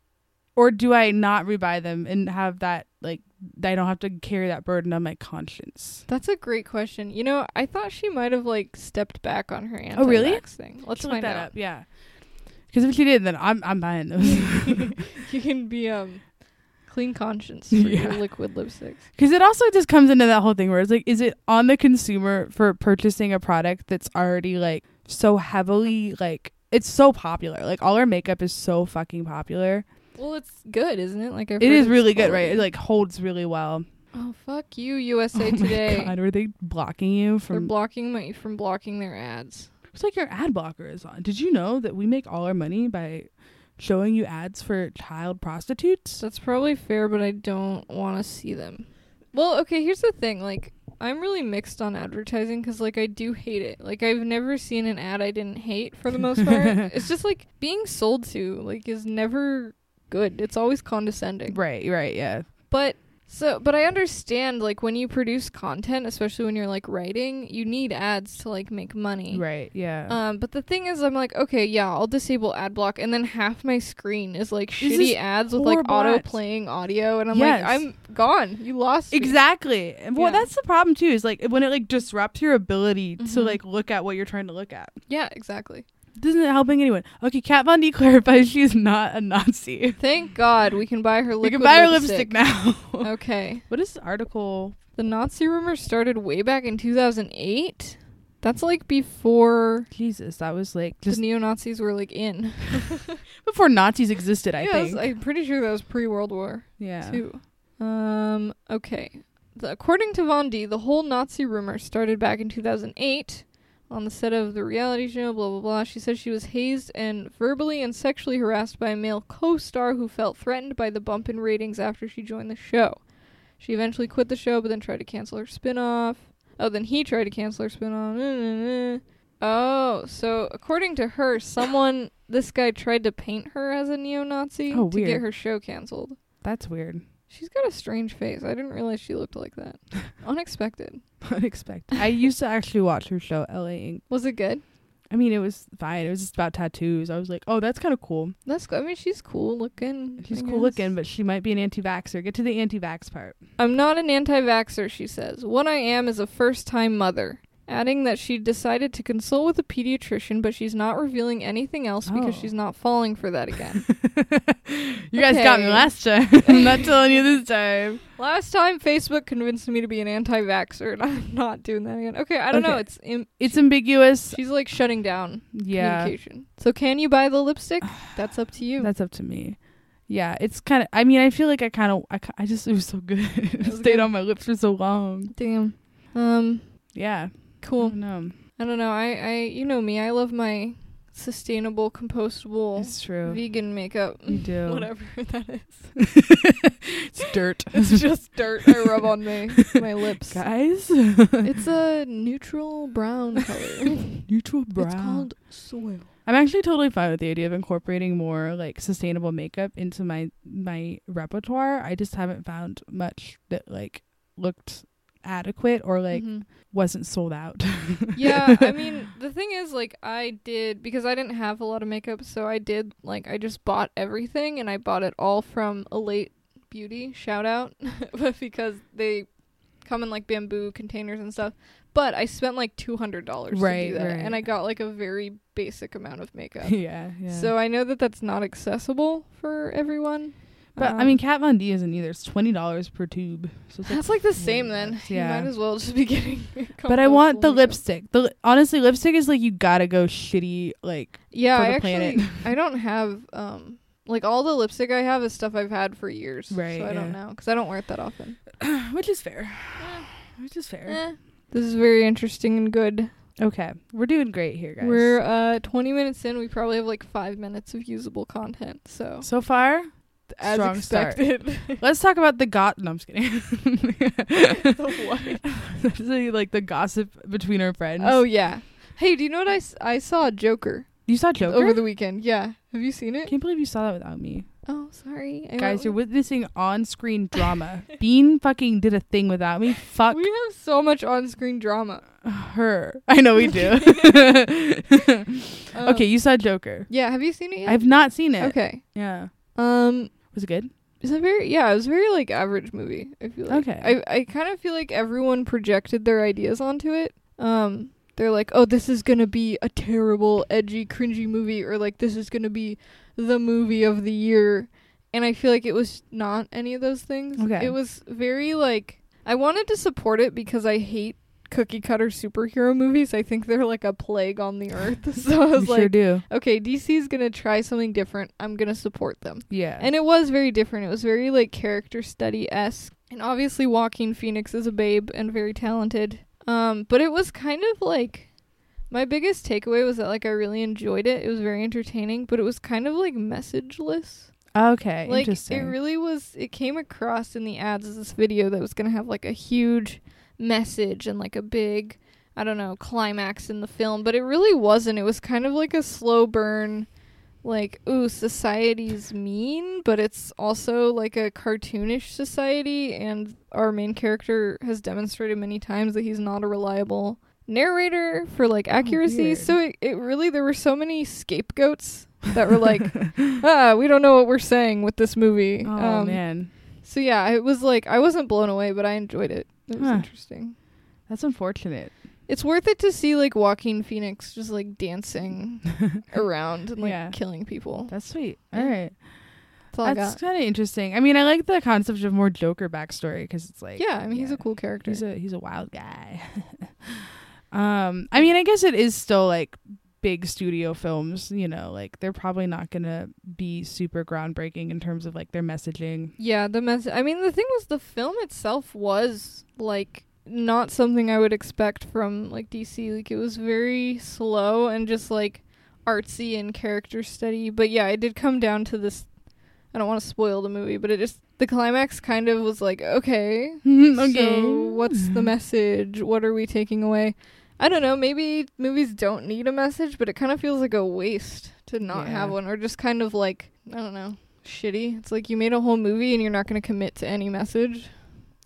[SPEAKER 1] or do I not rebuy them and have that like I don't have to carry that burden on my conscience?
[SPEAKER 2] That's a great question. You know, I thought she might have like stepped back on her anti-vax
[SPEAKER 1] Oh, really?
[SPEAKER 2] thing. Let's
[SPEAKER 1] Should
[SPEAKER 2] find
[SPEAKER 1] that
[SPEAKER 2] out.
[SPEAKER 1] up, yeah. Because if she did, then I'm I'm buying those.
[SPEAKER 2] you can be um clean conscience for your
[SPEAKER 1] Yeah.
[SPEAKER 2] liquid lipsticks.
[SPEAKER 1] Because it also just comes into that whole thing where it's like, is it on the consumer for purchasing a product that's already like so heavily like it's so popular. Like all her makeup is so fucking popular.
[SPEAKER 2] Well, it's good, isn't it? Like I've
[SPEAKER 1] it
[SPEAKER 2] heard
[SPEAKER 1] is
[SPEAKER 2] it's
[SPEAKER 1] really good, right?
[SPEAKER 2] quality.
[SPEAKER 1] It like holds really well.
[SPEAKER 2] oh fuck you, USA
[SPEAKER 1] oh my
[SPEAKER 2] Today.
[SPEAKER 1] God, were they blocking you
[SPEAKER 2] They're
[SPEAKER 1] from?
[SPEAKER 2] blocking my from blocking their ads.
[SPEAKER 1] it's like your ad blocker is on. Did you know that we make all our money by showing you ads for child prostitutes?
[SPEAKER 2] That's probably fair, but I don't want to see them. Well, okay, here's the thing. Like, I'm really mixed on advertising because, like, I do hate it. Like, I've never seen an ad I didn't hate for the most part. it's just like being sold to, like, is never good. It's always condescending.
[SPEAKER 1] Right, right, yeah.
[SPEAKER 2] But so, but I understand, like, when you produce content, especially when you're like writing, you need ads to like make money.
[SPEAKER 1] Right, yeah.
[SPEAKER 2] Um, but the thing is, I'm like, okay, yeah, I'll disable ad block, and then half my screen is like
[SPEAKER 1] This is
[SPEAKER 2] shitty ads with like
[SPEAKER 1] horrible
[SPEAKER 2] auto
[SPEAKER 1] ads.
[SPEAKER 2] playing audio, and I'm
[SPEAKER 1] Yes.
[SPEAKER 2] like, I'm gone. You lost me.
[SPEAKER 1] exactly. And well,
[SPEAKER 2] Yeah.
[SPEAKER 1] that's the problem too is like when it like disrupts your ability to
[SPEAKER 2] Mhm.
[SPEAKER 1] like look at what you're trying to look at.
[SPEAKER 2] Yeah, exactly.
[SPEAKER 1] This isn't helping anyone. Okay, Kat Von D clarifies she's not a Nazi.
[SPEAKER 2] Thank God we can buy her.
[SPEAKER 1] You
[SPEAKER 2] Liquid
[SPEAKER 1] can buy her lipstick
[SPEAKER 2] lipstick.
[SPEAKER 1] now.
[SPEAKER 2] okay.
[SPEAKER 1] what is this article?
[SPEAKER 2] The Nazi rumor started way back in 2008. That's like before
[SPEAKER 1] Jesus, that was like just
[SPEAKER 2] the neo Nazis were like in.
[SPEAKER 1] before Nazis existed, I
[SPEAKER 2] yeah, that was-
[SPEAKER 1] think.
[SPEAKER 2] I'm pretty sure that was pre World War.
[SPEAKER 1] yeah.
[SPEAKER 2] Two. Um. Okay. The, according to Von D, the whole Nazi rumor started back in 2008 on the set of the reality show. Blah blah blah. She said she was hazed and verbally and sexually harassed by a male co-star who felt threatened by the bump in ratings after she joined the show. She eventually quit the show, but then tried to cancel her spin-off. Oh, then he tried to cancel her spin-off. Nah, nah, nah. Oh, so according to her, someone this guy tried to paint her as a neo-Nazi
[SPEAKER 1] Oh,
[SPEAKER 2] to
[SPEAKER 1] weird.
[SPEAKER 2] get her show canceled.
[SPEAKER 1] That's weird.
[SPEAKER 2] She's got a strange face. I didn't realize she looked like that. Unexpected.
[SPEAKER 1] Unexpected. I used to actually watch her show, LA Inc.
[SPEAKER 2] Was it good?
[SPEAKER 1] I mean, it was fine. It was just about tattoos. I was like, oh, that's kind of cool.
[SPEAKER 2] That's good. I mean, she's cool looking.
[SPEAKER 1] She's
[SPEAKER 2] I
[SPEAKER 1] cool
[SPEAKER 2] guess.
[SPEAKER 1] looking, but she might be an anti vaxxer. Get to the anti vax part.
[SPEAKER 2] I'm not an anti vaxxer, she says. What I am is a first time mother. Adding that she decided to consult with a pediatrician, but she's not revealing anything else
[SPEAKER 1] Oh.
[SPEAKER 2] because she's not falling for that again.
[SPEAKER 1] You guys got me
[SPEAKER 2] Okay.
[SPEAKER 1] last time. I'm not telling you this time.
[SPEAKER 2] Last time, Facebook convinced me to be an anti vaxxer, and I'm not doing that again. Okay, I don't know.
[SPEAKER 1] Okay.
[SPEAKER 2] It's Im-
[SPEAKER 1] It's ambiguous.
[SPEAKER 2] She's like shutting down
[SPEAKER 1] Yeah.
[SPEAKER 2] communication. So, can you buy the lipstick? That's up to you.
[SPEAKER 1] That's up to me. Yeah, it's kind of. I mean, I feel like I kind of. I, ki- I just it was so good. it
[SPEAKER 2] was
[SPEAKER 1] stayed
[SPEAKER 2] good.
[SPEAKER 1] on my lips for so long.
[SPEAKER 2] Damn. Um,
[SPEAKER 1] Yeah.
[SPEAKER 2] cool.
[SPEAKER 1] No,
[SPEAKER 2] I don't know. I, I you know me. I love my sustainable, compostable,
[SPEAKER 1] it's true.
[SPEAKER 2] vegan makeup.
[SPEAKER 1] You do.
[SPEAKER 2] Whatever that is.
[SPEAKER 1] It's dirt,
[SPEAKER 2] It's just dirt I rub on my my lips.
[SPEAKER 1] guys.
[SPEAKER 2] It's a neutral brown color.
[SPEAKER 1] Neutral brown.
[SPEAKER 2] It's called soil.
[SPEAKER 1] I'm actually totally fine with the idea of incorporating more like sustainable makeup into my my repertoire. I just haven't found much that like looked adequate or like
[SPEAKER 2] Mhm.
[SPEAKER 1] wasn't sold out.
[SPEAKER 2] yeah, I mean, the thing is, like, I did because I didn't have a lot of makeup, so I did like I just bought everything, and I bought it all from Elate Beauty. Shout out, but because they come in like bamboo containers and stuff. But I spent like two hundred dollars to
[SPEAKER 1] Right,
[SPEAKER 2] do that,
[SPEAKER 1] right.
[SPEAKER 2] and I got like a very basic amount of makeup.
[SPEAKER 1] yeah, yeah.
[SPEAKER 2] So I know that that's not accessible for everyone.
[SPEAKER 1] but I
[SPEAKER 2] Um,
[SPEAKER 1] mean, Kat Von D isn't either. It's twenty dollars per tube. So it's like
[SPEAKER 2] that's like
[SPEAKER 1] 40
[SPEAKER 2] the same then.
[SPEAKER 1] bucks,
[SPEAKER 2] You
[SPEAKER 1] yeah.
[SPEAKER 2] might as well just be getting.
[SPEAKER 1] but I want the
[SPEAKER 2] compostable makeup.
[SPEAKER 1] lipstick. The li- honestly, lipstick is like you gotta go shitty. Like
[SPEAKER 2] yeah,
[SPEAKER 1] for
[SPEAKER 2] I
[SPEAKER 1] the
[SPEAKER 2] actually,
[SPEAKER 1] planet.
[SPEAKER 2] I don't have um like all the lipstick I have is stuff I've had for years.
[SPEAKER 1] Right,
[SPEAKER 2] So I don't
[SPEAKER 1] yeah.
[SPEAKER 2] know because I don't wear it that often.
[SPEAKER 1] which is fair. Which is fair.
[SPEAKER 2] Eh. This is very interesting and good.
[SPEAKER 1] Okay, we're doing great here, guys.
[SPEAKER 2] We're uh 20 minutes in. We probably have like five minutes of usable content. So
[SPEAKER 1] so far.
[SPEAKER 2] as
[SPEAKER 1] Strong start.
[SPEAKER 2] expected.
[SPEAKER 1] Let's talk about the got. No, I'm just kidding.
[SPEAKER 2] what?
[SPEAKER 1] That's the, like the gossip between our friends.
[SPEAKER 2] oh yeah. Hey, do you know what I, s- I saw Joker,
[SPEAKER 1] you saw Joker?
[SPEAKER 2] over the weekend? Yeah. Have you seen it?
[SPEAKER 1] Can't believe you saw that without me,
[SPEAKER 2] oh, sorry. I
[SPEAKER 1] guys. You're
[SPEAKER 2] went-
[SPEAKER 1] witnessing on-screen drama. Bean fucking did a thing without me. Fuck
[SPEAKER 2] We have so much on-screen drama.
[SPEAKER 1] her. I know we do.
[SPEAKER 2] Um,
[SPEAKER 1] okay, you saw Joker.
[SPEAKER 2] Yeah. Have you seen it yet?
[SPEAKER 1] I've not seen it.
[SPEAKER 2] okay.
[SPEAKER 1] Yeah.
[SPEAKER 2] Um.
[SPEAKER 1] Was it good?
[SPEAKER 2] It's a very yeah, it was a very like average movie. I feel like
[SPEAKER 1] Okay.
[SPEAKER 2] I I kind of feel like everyone projected their ideas onto it. Um, they're like, oh, this is gonna be a terrible, edgy, cringy movie, or like this is gonna be the movie of the year. And I feel like it was not any of those things.
[SPEAKER 1] Okay.
[SPEAKER 2] It was very like I wanted to support it because I hate cookie cutter superhero movies. I think they're like a plague on the earth. So I was
[SPEAKER 1] sure
[SPEAKER 2] like,
[SPEAKER 1] do.
[SPEAKER 2] okay, DC's going to try something different. I'm going to support them.
[SPEAKER 1] Yeah.
[SPEAKER 2] And it was very different. It was very like character study esque. And obviously Joaquin Phoenix is a babe and very talented. Um, but it was kind of like my biggest takeaway was that like I really enjoyed it. It was very entertaining, but it was kind of like messageless.
[SPEAKER 1] okay.
[SPEAKER 2] Like it
[SPEAKER 1] interesting.
[SPEAKER 2] really was it came across in the ads as this video that was gonna have like a huge message and like a big I don't know, climax in the film, but it really wasn't. It was kind of like a slow burn like, ooh, society's mean, but it's also like a cartoonish society and our main character has demonstrated many times that he's not a reliable narrator for like accuracy.
[SPEAKER 1] Oh, weird.
[SPEAKER 2] so it, it really there were so many scapegoats that were like ah, we don't know what we're saying with this movie.
[SPEAKER 1] oh
[SPEAKER 2] um,
[SPEAKER 1] man,
[SPEAKER 2] So yeah, it was like I wasn't blown away, but I enjoyed it. It was
[SPEAKER 1] Huh.
[SPEAKER 2] interesting.
[SPEAKER 1] that's unfortunate.
[SPEAKER 2] It's worth it to see like Joaquin Phoenix just like dancing around and like
[SPEAKER 1] Yeah.
[SPEAKER 2] killing people.
[SPEAKER 1] That's sweet.
[SPEAKER 2] Yeah.
[SPEAKER 1] All right,
[SPEAKER 2] That's all I
[SPEAKER 1] that's
[SPEAKER 2] got.
[SPEAKER 1] kind of interesting. I mean, I like the concept of more Joker backstory because it's like
[SPEAKER 2] Yeah, I mean he's a cool character.
[SPEAKER 1] he's a he's a wild guy. um, I mean, I guess it is still like big studio films. You know, like they're probably not gonna be super groundbreaking in terms of like their messaging.
[SPEAKER 2] yeah, the mess. I mean the thing was the film itself was like not something I would expect from like DC. Like it was very slow and just like artsy and character study. But yeah, it did come down to this. I don't want to spoil the movie, but it just the climax kind of was like, okay, so what's the message? What are we taking away? I don't know. Maybe movies don't need a message, but it kind of feels like a waste to not
[SPEAKER 1] Yeah.
[SPEAKER 2] have one, or just kind of like I don't know, shitty. It's like you made a whole movie and you're not going to commit to any message.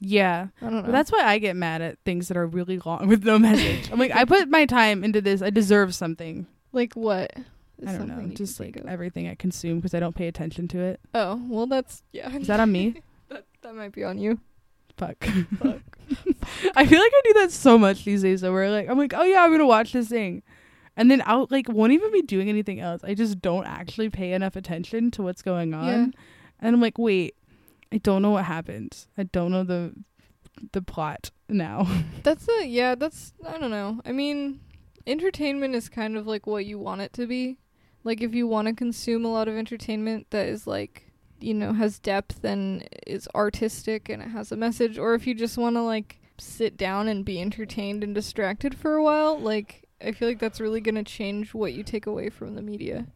[SPEAKER 1] yeah.
[SPEAKER 2] I don't know.
[SPEAKER 1] But that's why I get mad at things that are really long with no message. I'm like, I put my time into this. I deserve something.
[SPEAKER 2] like what? Is
[SPEAKER 1] I don't
[SPEAKER 2] something
[SPEAKER 1] know.
[SPEAKER 2] you can
[SPEAKER 1] Just
[SPEAKER 2] think
[SPEAKER 1] like
[SPEAKER 2] of?
[SPEAKER 1] everything I consume because I don't pay attention to it.
[SPEAKER 2] oh well, that's yeah.
[SPEAKER 1] Is that on me?
[SPEAKER 2] that, that might be on you.
[SPEAKER 1] Fuck. I feel like I do that so much these days. Though, where like I'm like, oh yeah, I'm gonna watch this thing, and then I'll like won't even be doing anything else. I just don't actually pay enough attention to what's going on,
[SPEAKER 2] Yeah.
[SPEAKER 1] and I'm like, wait, I don't know what happened. I don't know the the plot now.
[SPEAKER 2] That's a yeah, that's I don't know. I mean, entertainment is kind of like what you want it to be. Like if you want to consume a lot of entertainment that is like, you know, has depth and is artistic and it has a message or if you just want to like sit down and be entertained and distracted for a while, like I feel like that's really going to change what you take away from the media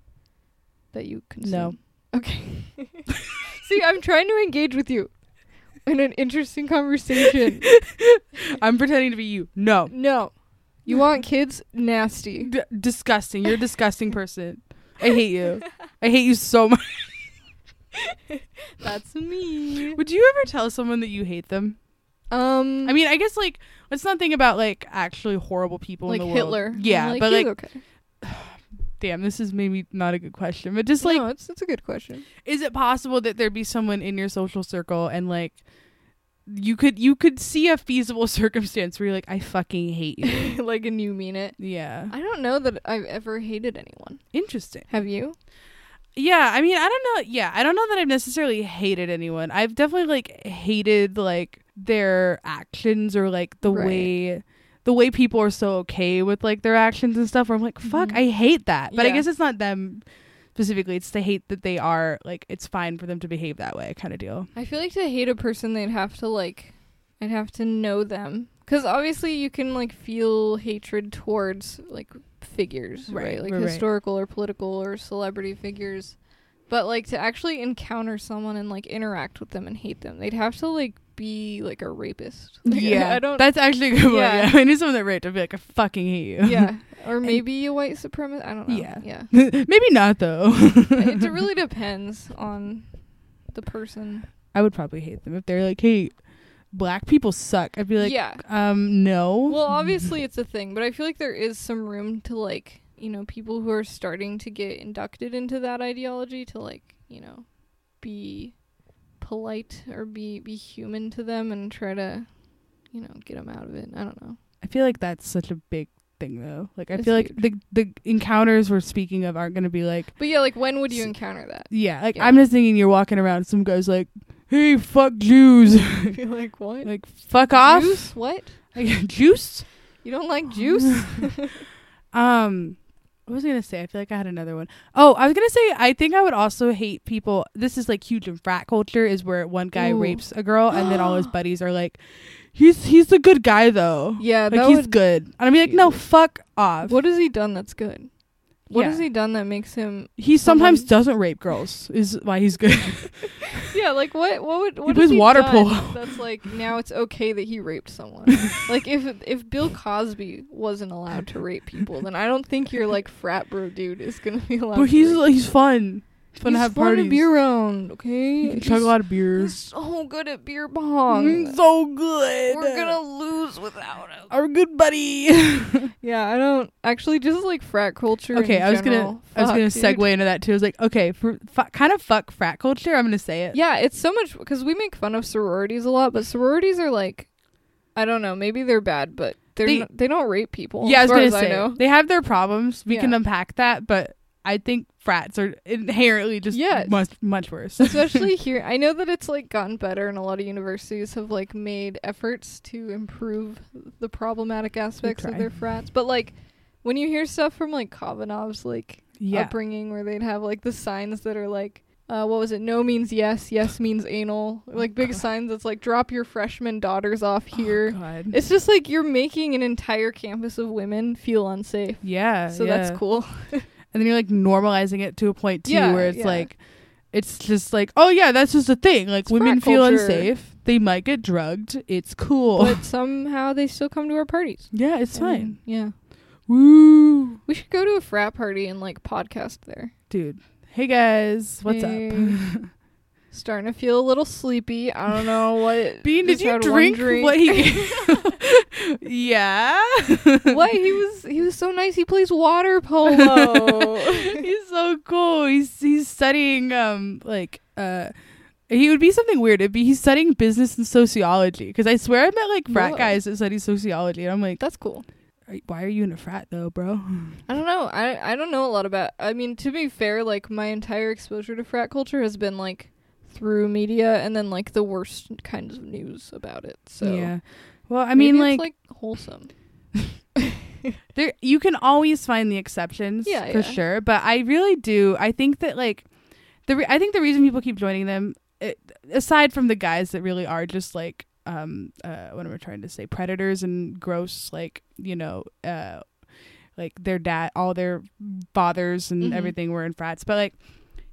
[SPEAKER 2] that you consume. Okay. See, I'm trying to engage with you in an interesting conversation.
[SPEAKER 1] I'm pretending to be you. No,
[SPEAKER 2] No. You want kids nasty.
[SPEAKER 1] D- disgusting. You're a disgusting person. I hate you. I hate you so much.
[SPEAKER 2] That's me.
[SPEAKER 1] Would you ever tell someone that you hate them?
[SPEAKER 2] Um
[SPEAKER 1] I mean, I guess like let's not think about like actually horrible people
[SPEAKER 2] like
[SPEAKER 1] in the
[SPEAKER 2] Hitler.
[SPEAKER 1] world. Yeah,
[SPEAKER 2] Like,
[SPEAKER 1] but
[SPEAKER 2] he's
[SPEAKER 1] like
[SPEAKER 2] okay.
[SPEAKER 1] damn, this is maybe not a good question. But just like
[SPEAKER 2] No, it's it's a good question.
[SPEAKER 1] is it possible that there'd be someone in your social circle and like you could you could see a feasible circumstance where you're like I fucking hate you.
[SPEAKER 2] like and you mean it.
[SPEAKER 1] yeah.
[SPEAKER 2] I don't know that I've ever hated anyone.
[SPEAKER 1] Interesting.
[SPEAKER 2] Have you?
[SPEAKER 1] Yeah, I mean, I don't know. Yeah, I don't know that I've necessarily hated anyone. I've definitely like hated like their actions or like the
[SPEAKER 2] Right.
[SPEAKER 1] way the way people are so okay with like their actions and stuff. Where I'm like, fuck,
[SPEAKER 2] Mhm.
[SPEAKER 1] I hate that. But I
[SPEAKER 2] Yeah.
[SPEAKER 1] guess it's not them specifically. It's the hate that they are like it's fine for them to behave that way kind of deal.
[SPEAKER 2] I feel like to hate a person they'd have to like I'd have to know them. Cuz obviously you can like feel hatred towards like figures, right?
[SPEAKER 1] Right,
[SPEAKER 2] Like
[SPEAKER 1] right, right.
[SPEAKER 2] historical or political or celebrity figures. But like to actually encounter someone and like interact with them and hate them, they'd have to like be like a rapist. Like, I don't
[SPEAKER 1] That's actually a good one. Yeah,
[SPEAKER 2] Yeah.
[SPEAKER 1] I knew someone that raped. I'd be like, I fucking hate you.
[SPEAKER 2] yeah, or maybe a white supremacist. I don't know.
[SPEAKER 1] Yeah.
[SPEAKER 2] yeah.
[SPEAKER 1] Maybe not though.
[SPEAKER 2] it d- really depends on the person.
[SPEAKER 1] I would probably hate them if they're like, hey, black people suck. I'd be like,
[SPEAKER 2] yeah.
[SPEAKER 1] um, no.
[SPEAKER 2] Well, obviously it's a thing, but I feel like there is some room to like, you know, people who are starting to get inducted into that ideology to like, you know, be polite or be be human to them and try to, you know, get them out of it. I don't know.
[SPEAKER 1] I feel like that's such a big thing though. Like I
[SPEAKER 2] It's
[SPEAKER 1] feel like the the encounters we're speaking of aren't gonna be like
[SPEAKER 2] But yeah, like when would you
[SPEAKER 1] S-
[SPEAKER 2] encounter that?
[SPEAKER 1] yeah, like
[SPEAKER 2] Yeah.
[SPEAKER 1] I'm just thinking you're walking around, some guy's like, Hey, fuck Jews
[SPEAKER 2] Be like, what?
[SPEAKER 1] Like fuck off.
[SPEAKER 2] Juice? What?
[SPEAKER 1] Like, juice.
[SPEAKER 2] You don't like juice?
[SPEAKER 1] Um, what was I gonna say? I feel like I had another one. Oh, I was gonna say I think I would also hate people. This is like huge in frat culture, is where one guy
[SPEAKER 2] Ooh.
[SPEAKER 1] rapes a girl and then all his buddies are like, "He's he's a good guy though.
[SPEAKER 2] yeah,
[SPEAKER 1] like
[SPEAKER 2] that
[SPEAKER 1] he's
[SPEAKER 2] would,
[SPEAKER 1] good." And I'd be like, "No, fuck off."
[SPEAKER 2] What has he done that's good? What
[SPEAKER 1] Yeah.
[SPEAKER 2] has he done that makes him?
[SPEAKER 1] He sometimes
[SPEAKER 2] Someone-
[SPEAKER 1] doesn't rape girls. Is why he's good.
[SPEAKER 2] Yeah, like what? What would? What
[SPEAKER 1] plays
[SPEAKER 2] has he
[SPEAKER 1] water
[SPEAKER 2] done
[SPEAKER 1] polo.
[SPEAKER 2] That's like now it's okay that he raped someone. like if if Bill Cosby wasn't allowed to rape people, then I don't think your like frat bro dude is gonna be allowed.
[SPEAKER 1] but
[SPEAKER 2] to
[SPEAKER 1] he's
[SPEAKER 2] rape.
[SPEAKER 1] he's fun. It's fun to
[SPEAKER 2] He's
[SPEAKER 1] have
[SPEAKER 2] fun
[SPEAKER 1] parties.
[SPEAKER 2] to be around. Okay,
[SPEAKER 1] You can chug a lot of
[SPEAKER 2] He's-
[SPEAKER 1] beer.
[SPEAKER 2] he's so good at beer pong.
[SPEAKER 1] Mm, so good.
[SPEAKER 2] We're gonna lose without him.
[SPEAKER 1] our good buddy.
[SPEAKER 2] Yeah, I don't actually just like frat culture.
[SPEAKER 1] okay,
[SPEAKER 2] in
[SPEAKER 1] I was gonna
[SPEAKER 2] general.
[SPEAKER 1] I was
[SPEAKER 2] Fuck,
[SPEAKER 1] gonna
[SPEAKER 2] dude.
[SPEAKER 1] segue into that too. I was like, okay, for fu- kind of fuck frat culture. I'm gonna say it.
[SPEAKER 2] Yeah, it's so much because we make fun of sororities a lot, but sororities are like, I don't know, maybe they're bad, but they're
[SPEAKER 1] They-
[SPEAKER 2] they, they don't rape people.
[SPEAKER 1] yeah, I
[SPEAKER 2] as
[SPEAKER 1] was
[SPEAKER 2] far
[SPEAKER 1] gonna
[SPEAKER 2] as
[SPEAKER 1] say
[SPEAKER 2] I know.
[SPEAKER 1] they have their problems. We can
[SPEAKER 2] Yeah.
[SPEAKER 1] unpack that, but I think frats are inherently just
[SPEAKER 2] Yes.
[SPEAKER 1] much much worse.
[SPEAKER 2] Especially here, I know that it's like gotten better, and a lot of universities have like made efforts to improve the problematic aspects of
[SPEAKER 1] try.
[SPEAKER 2] their frats. But like, when you hear stuff from like Kavanov's like
[SPEAKER 1] yeah,
[SPEAKER 2] upbringing where they'd have like the signs that are like uh, what was it? No means yes, yes means anal. Like big
[SPEAKER 1] God.
[SPEAKER 2] signs that's like drop your freshman daughters off here.
[SPEAKER 1] Oh, God.
[SPEAKER 2] it's just like you're making an entire campus of women feel unsafe.
[SPEAKER 1] yeah.
[SPEAKER 2] So
[SPEAKER 1] Uh, yeah.
[SPEAKER 2] that's cool.
[SPEAKER 1] And then you're like normalizing it to a point too,
[SPEAKER 2] Yeah,
[SPEAKER 1] where it's
[SPEAKER 2] yeah.
[SPEAKER 1] like, it's just like, oh yeah, that's just a thing. Like
[SPEAKER 2] It's
[SPEAKER 1] women
[SPEAKER 2] frat
[SPEAKER 1] feel
[SPEAKER 2] culture.
[SPEAKER 1] unsafe. They might get drugged. It's cool.
[SPEAKER 2] But somehow they still come to our parties.
[SPEAKER 1] yeah, it's
[SPEAKER 2] I mean,
[SPEAKER 1] fine.
[SPEAKER 2] yeah.
[SPEAKER 1] Woo,
[SPEAKER 2] We should go to a frat party and like podcast there.
[SPEAKER 1] dude. Hey guys, what's
[SPEAKER 2] Hey.
[SPEAKER 1] up?
[SPEAKER 2] Starting to feel a little sleepy. I don't know what
[SPEAKER 1] Bean,
[SPEAKER 2] just
[SPEAKER 1] did you
[SPEAKER 2] had one
[SPEAKER 1] drink,
[SPEAKER 2] drink.
[SPEAKER 1] what he gave? yeah.
[SPEAKER 2] What? He was he was so nice. He plays water polo.
[SPEAKER 1] he's so cool. He's he's studying um like uh he would be something weird. It'd be he's studying business and sociology because I swear I met like frat
[SPEAKER 2] Whoa.
[SPEAKER 1] guys that study sociology and I'm like,
[SPEAKER 2] that's cool.
[SPEAKER 1] "Are- why are you in a frat though, bro?
[SPEAKER 2] I don't know. I I don't know a lot about. I mean, to be fair, like my entire exposure to frat culture has been like through media and then like the worst kinds of news about it. So
[SPEAKER 1] yeah. Well, I
[SPEAKER 2] maybe
[SPEAKER 1] mean,
[SPEAKER 2] it's,
[SPEAKER 1] like,
[SPEAKER 2] like wholesome.
[SPEAKER 1] there you can always find the exceptions
[SPEAKER 2] Yeah,
[SPEAKER 1] for
[SPEAKER 2] yeah.
[SPEAKER 1] sure. But I really do. I think that like the re- I think the reason people keep joining them, it, aside from the guys that really are just like um uh what am I trying to say predators and gross like you know uh like their dad all their fathers and
[SPEAKER 2] Mhm.
[SPEAKER 1] everything were in frats, but like.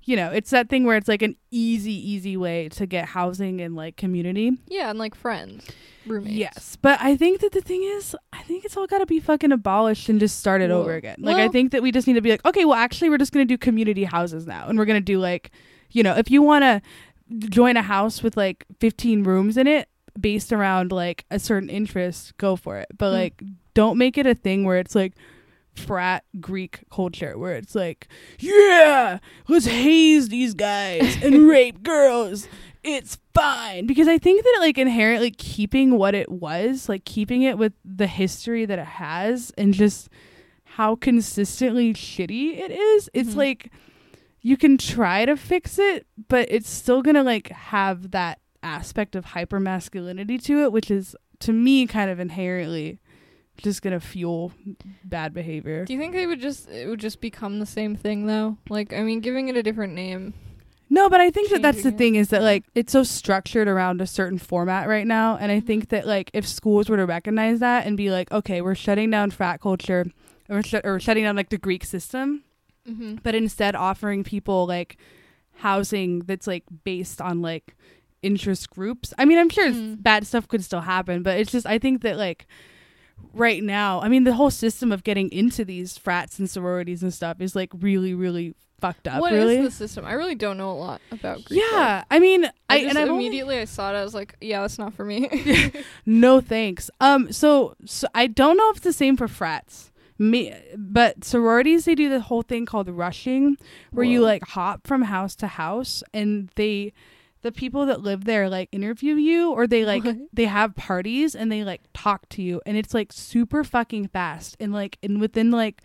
[SPEAKER 1] You know, it's that thing where it's like an easy, easy way to get housing and like community.
[SPEAKER 2] Yeah, and like friends, roommates.
[SPEAKER 1] Yes, but I think that the thing is, I think it's all got to be fucking abolished and just started
[SPEAKER 2] Well-
[SPEAKER 1] over again. Like I
[SPEAKER 2] well-
[SPEAKER 1] think that we just need to be like, okay, well, actually, we're just gonna do community houses now, and we're gonna do like, you know, if you wanna join a house with like 15 rooms in it based around like a certain interest, go for it. But
[SPEAKER 2] Hmm.
[SPEAKER 1] like, don't make it a thing where it's like frat Greek culture where it's like, yeah, let's haze these guys and rape girls. It's fine because I think that like inherently keeping what it was, like keeping it with the history that it has and just how consistently shitty it is, it's
[SPEAKER 2] Mhm.
[SPEAKER 1] like you can try to fix it, but it's still going to like have that aspect of hyper masculinity to it, which is to me kind of inherently just going to fuel bad behavior.
[SPEAKER 2] Do you think they would just it would just become the same thing though? Like I mean, giving it a different name.
[SPEAKER 1] No, but I think that that's the
[SPEAKER 2] Changing it.
[SPEAKER 1] thing is that like it's so structured around a certain format right now, and I think that like if schools were to recognize that and be like, okay, we're shutting down frat culture, or sh- or shutting down like the Greek system,
[SPEAKER 2] Mm-hmm.
[SPEAKER 1] but instead offering people like housing that's like based on like interest groups. I mean, I'm sure
[SPEAKER 2] Mm.
[SPEAKER 1] bad stuff could still happen, but it's just I think that like right now, I mean, the whole system of getting into these frats and sororities and stuff is like really, really fucked up.
[SPEAKER 2] What is
[SPEAKER 1] really.
[SPEAKER 2] the system? I really don't know a lot about Greek. life.
[SPEAKER 1] Yeah, I mean, I,
[SPEAKER 2] I,
[SPEAKER 1] and
[SPEAKER 2] just
[SPEAKER 1] I
[SPEAKER 2] immediately I saw it. I was like, yeah, that's not for me.
[SPEAKER 1] no thanks. Um, so so I don't know if it's the same for frats. Me, but sororities they do the whole thing called rushing, where you
[SPEAKER 2] Whoa.
[SPEAKER 1] like hop from house to house, and they, the people that live there like interview you, or they like
[SPEAKER 2] What?
[SPEAKER 1] they have parties and they like talk to you, and it's like super fucking fast, and like and within like.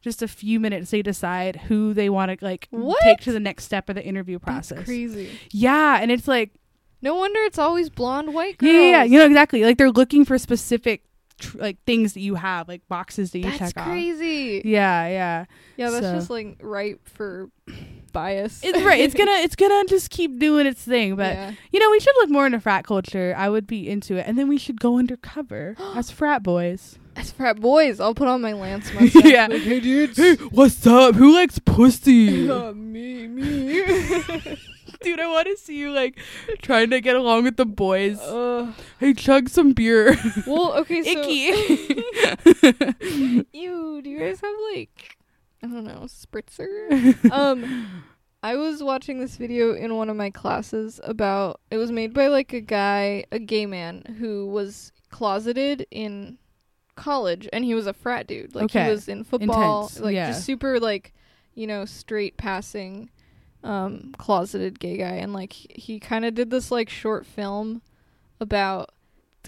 [SPEAKER 1] Just a few minutes, they decide who they want to like
[SPEAKER 2] What?
[SPEAKER 1] take to the next step of the interview
[SPEAKER 2] That's
[SPEAKER 1] process.
[SPEAKER 2] crazy.
[SPEAKER 1] Yeah, and it's like
[SPEAKER 2] No wonder it's always blonde white
[SPEAKER 1] Yeah,
[SPEAKER 2] girls.
[SPEAKER 1] yeah, yeah. You know exactly. Like they're looking for specific tr- like things that you have, like boxes that you
[SPEAKER 2] That's
[SPEAKER 1] check off.
[SPEAKER 2] crazy.
[SPEAKER 1] Yeah, yeah.
[SPEAKER 2] Yeah, that's
[SPEAKER 1] So-
[SPEAKER 2] just like ripe for bias.
[SPEAKER 1] It's right. It's gonna it's gonna just keep doing its thing. But
[SPEAKER 2] Yeah.
[SPEAKER 1] you know, we should look more into frat culture. I would be into it, and then we should go undercover as frat boys.
[SPEAKER 2] As frat boys, I'll put on my Lance mustache.
[SPEAKER 1] Yeah.
[SPEAKER 2] Like, hey, dudes.
[SPEAKER 1] what's up? Who likes pussy?
[SPEAKER 2] Uh, me, me.
[SPEAKER 1] Dude, I want to see you like trying to get along with the boys.
[SPEAKER 2] Ugh.
[SPEAKER 1] Hey, chug some beer.
[SPEAKER 2] well, okay, so.
[SPEAKER 1] Icky.
[SPEAKER 2] Ew, do you guys have like I don't know, spritzer? um I was watching this video in one of my classes about it was made by like a guy, a gay man who was closeted in college and he was a frat dude. Like
[SPEAKER 1] Okay.
[SPEAKER 2] he was in football,
[SPEAKER 1] Intense,
[SPEAKER 2] like
[SPEAKER 1] yeah.
[SPEAKER 2] just super like, you know, straight passing um closeted gay guy and like he- he kind of did this like short film about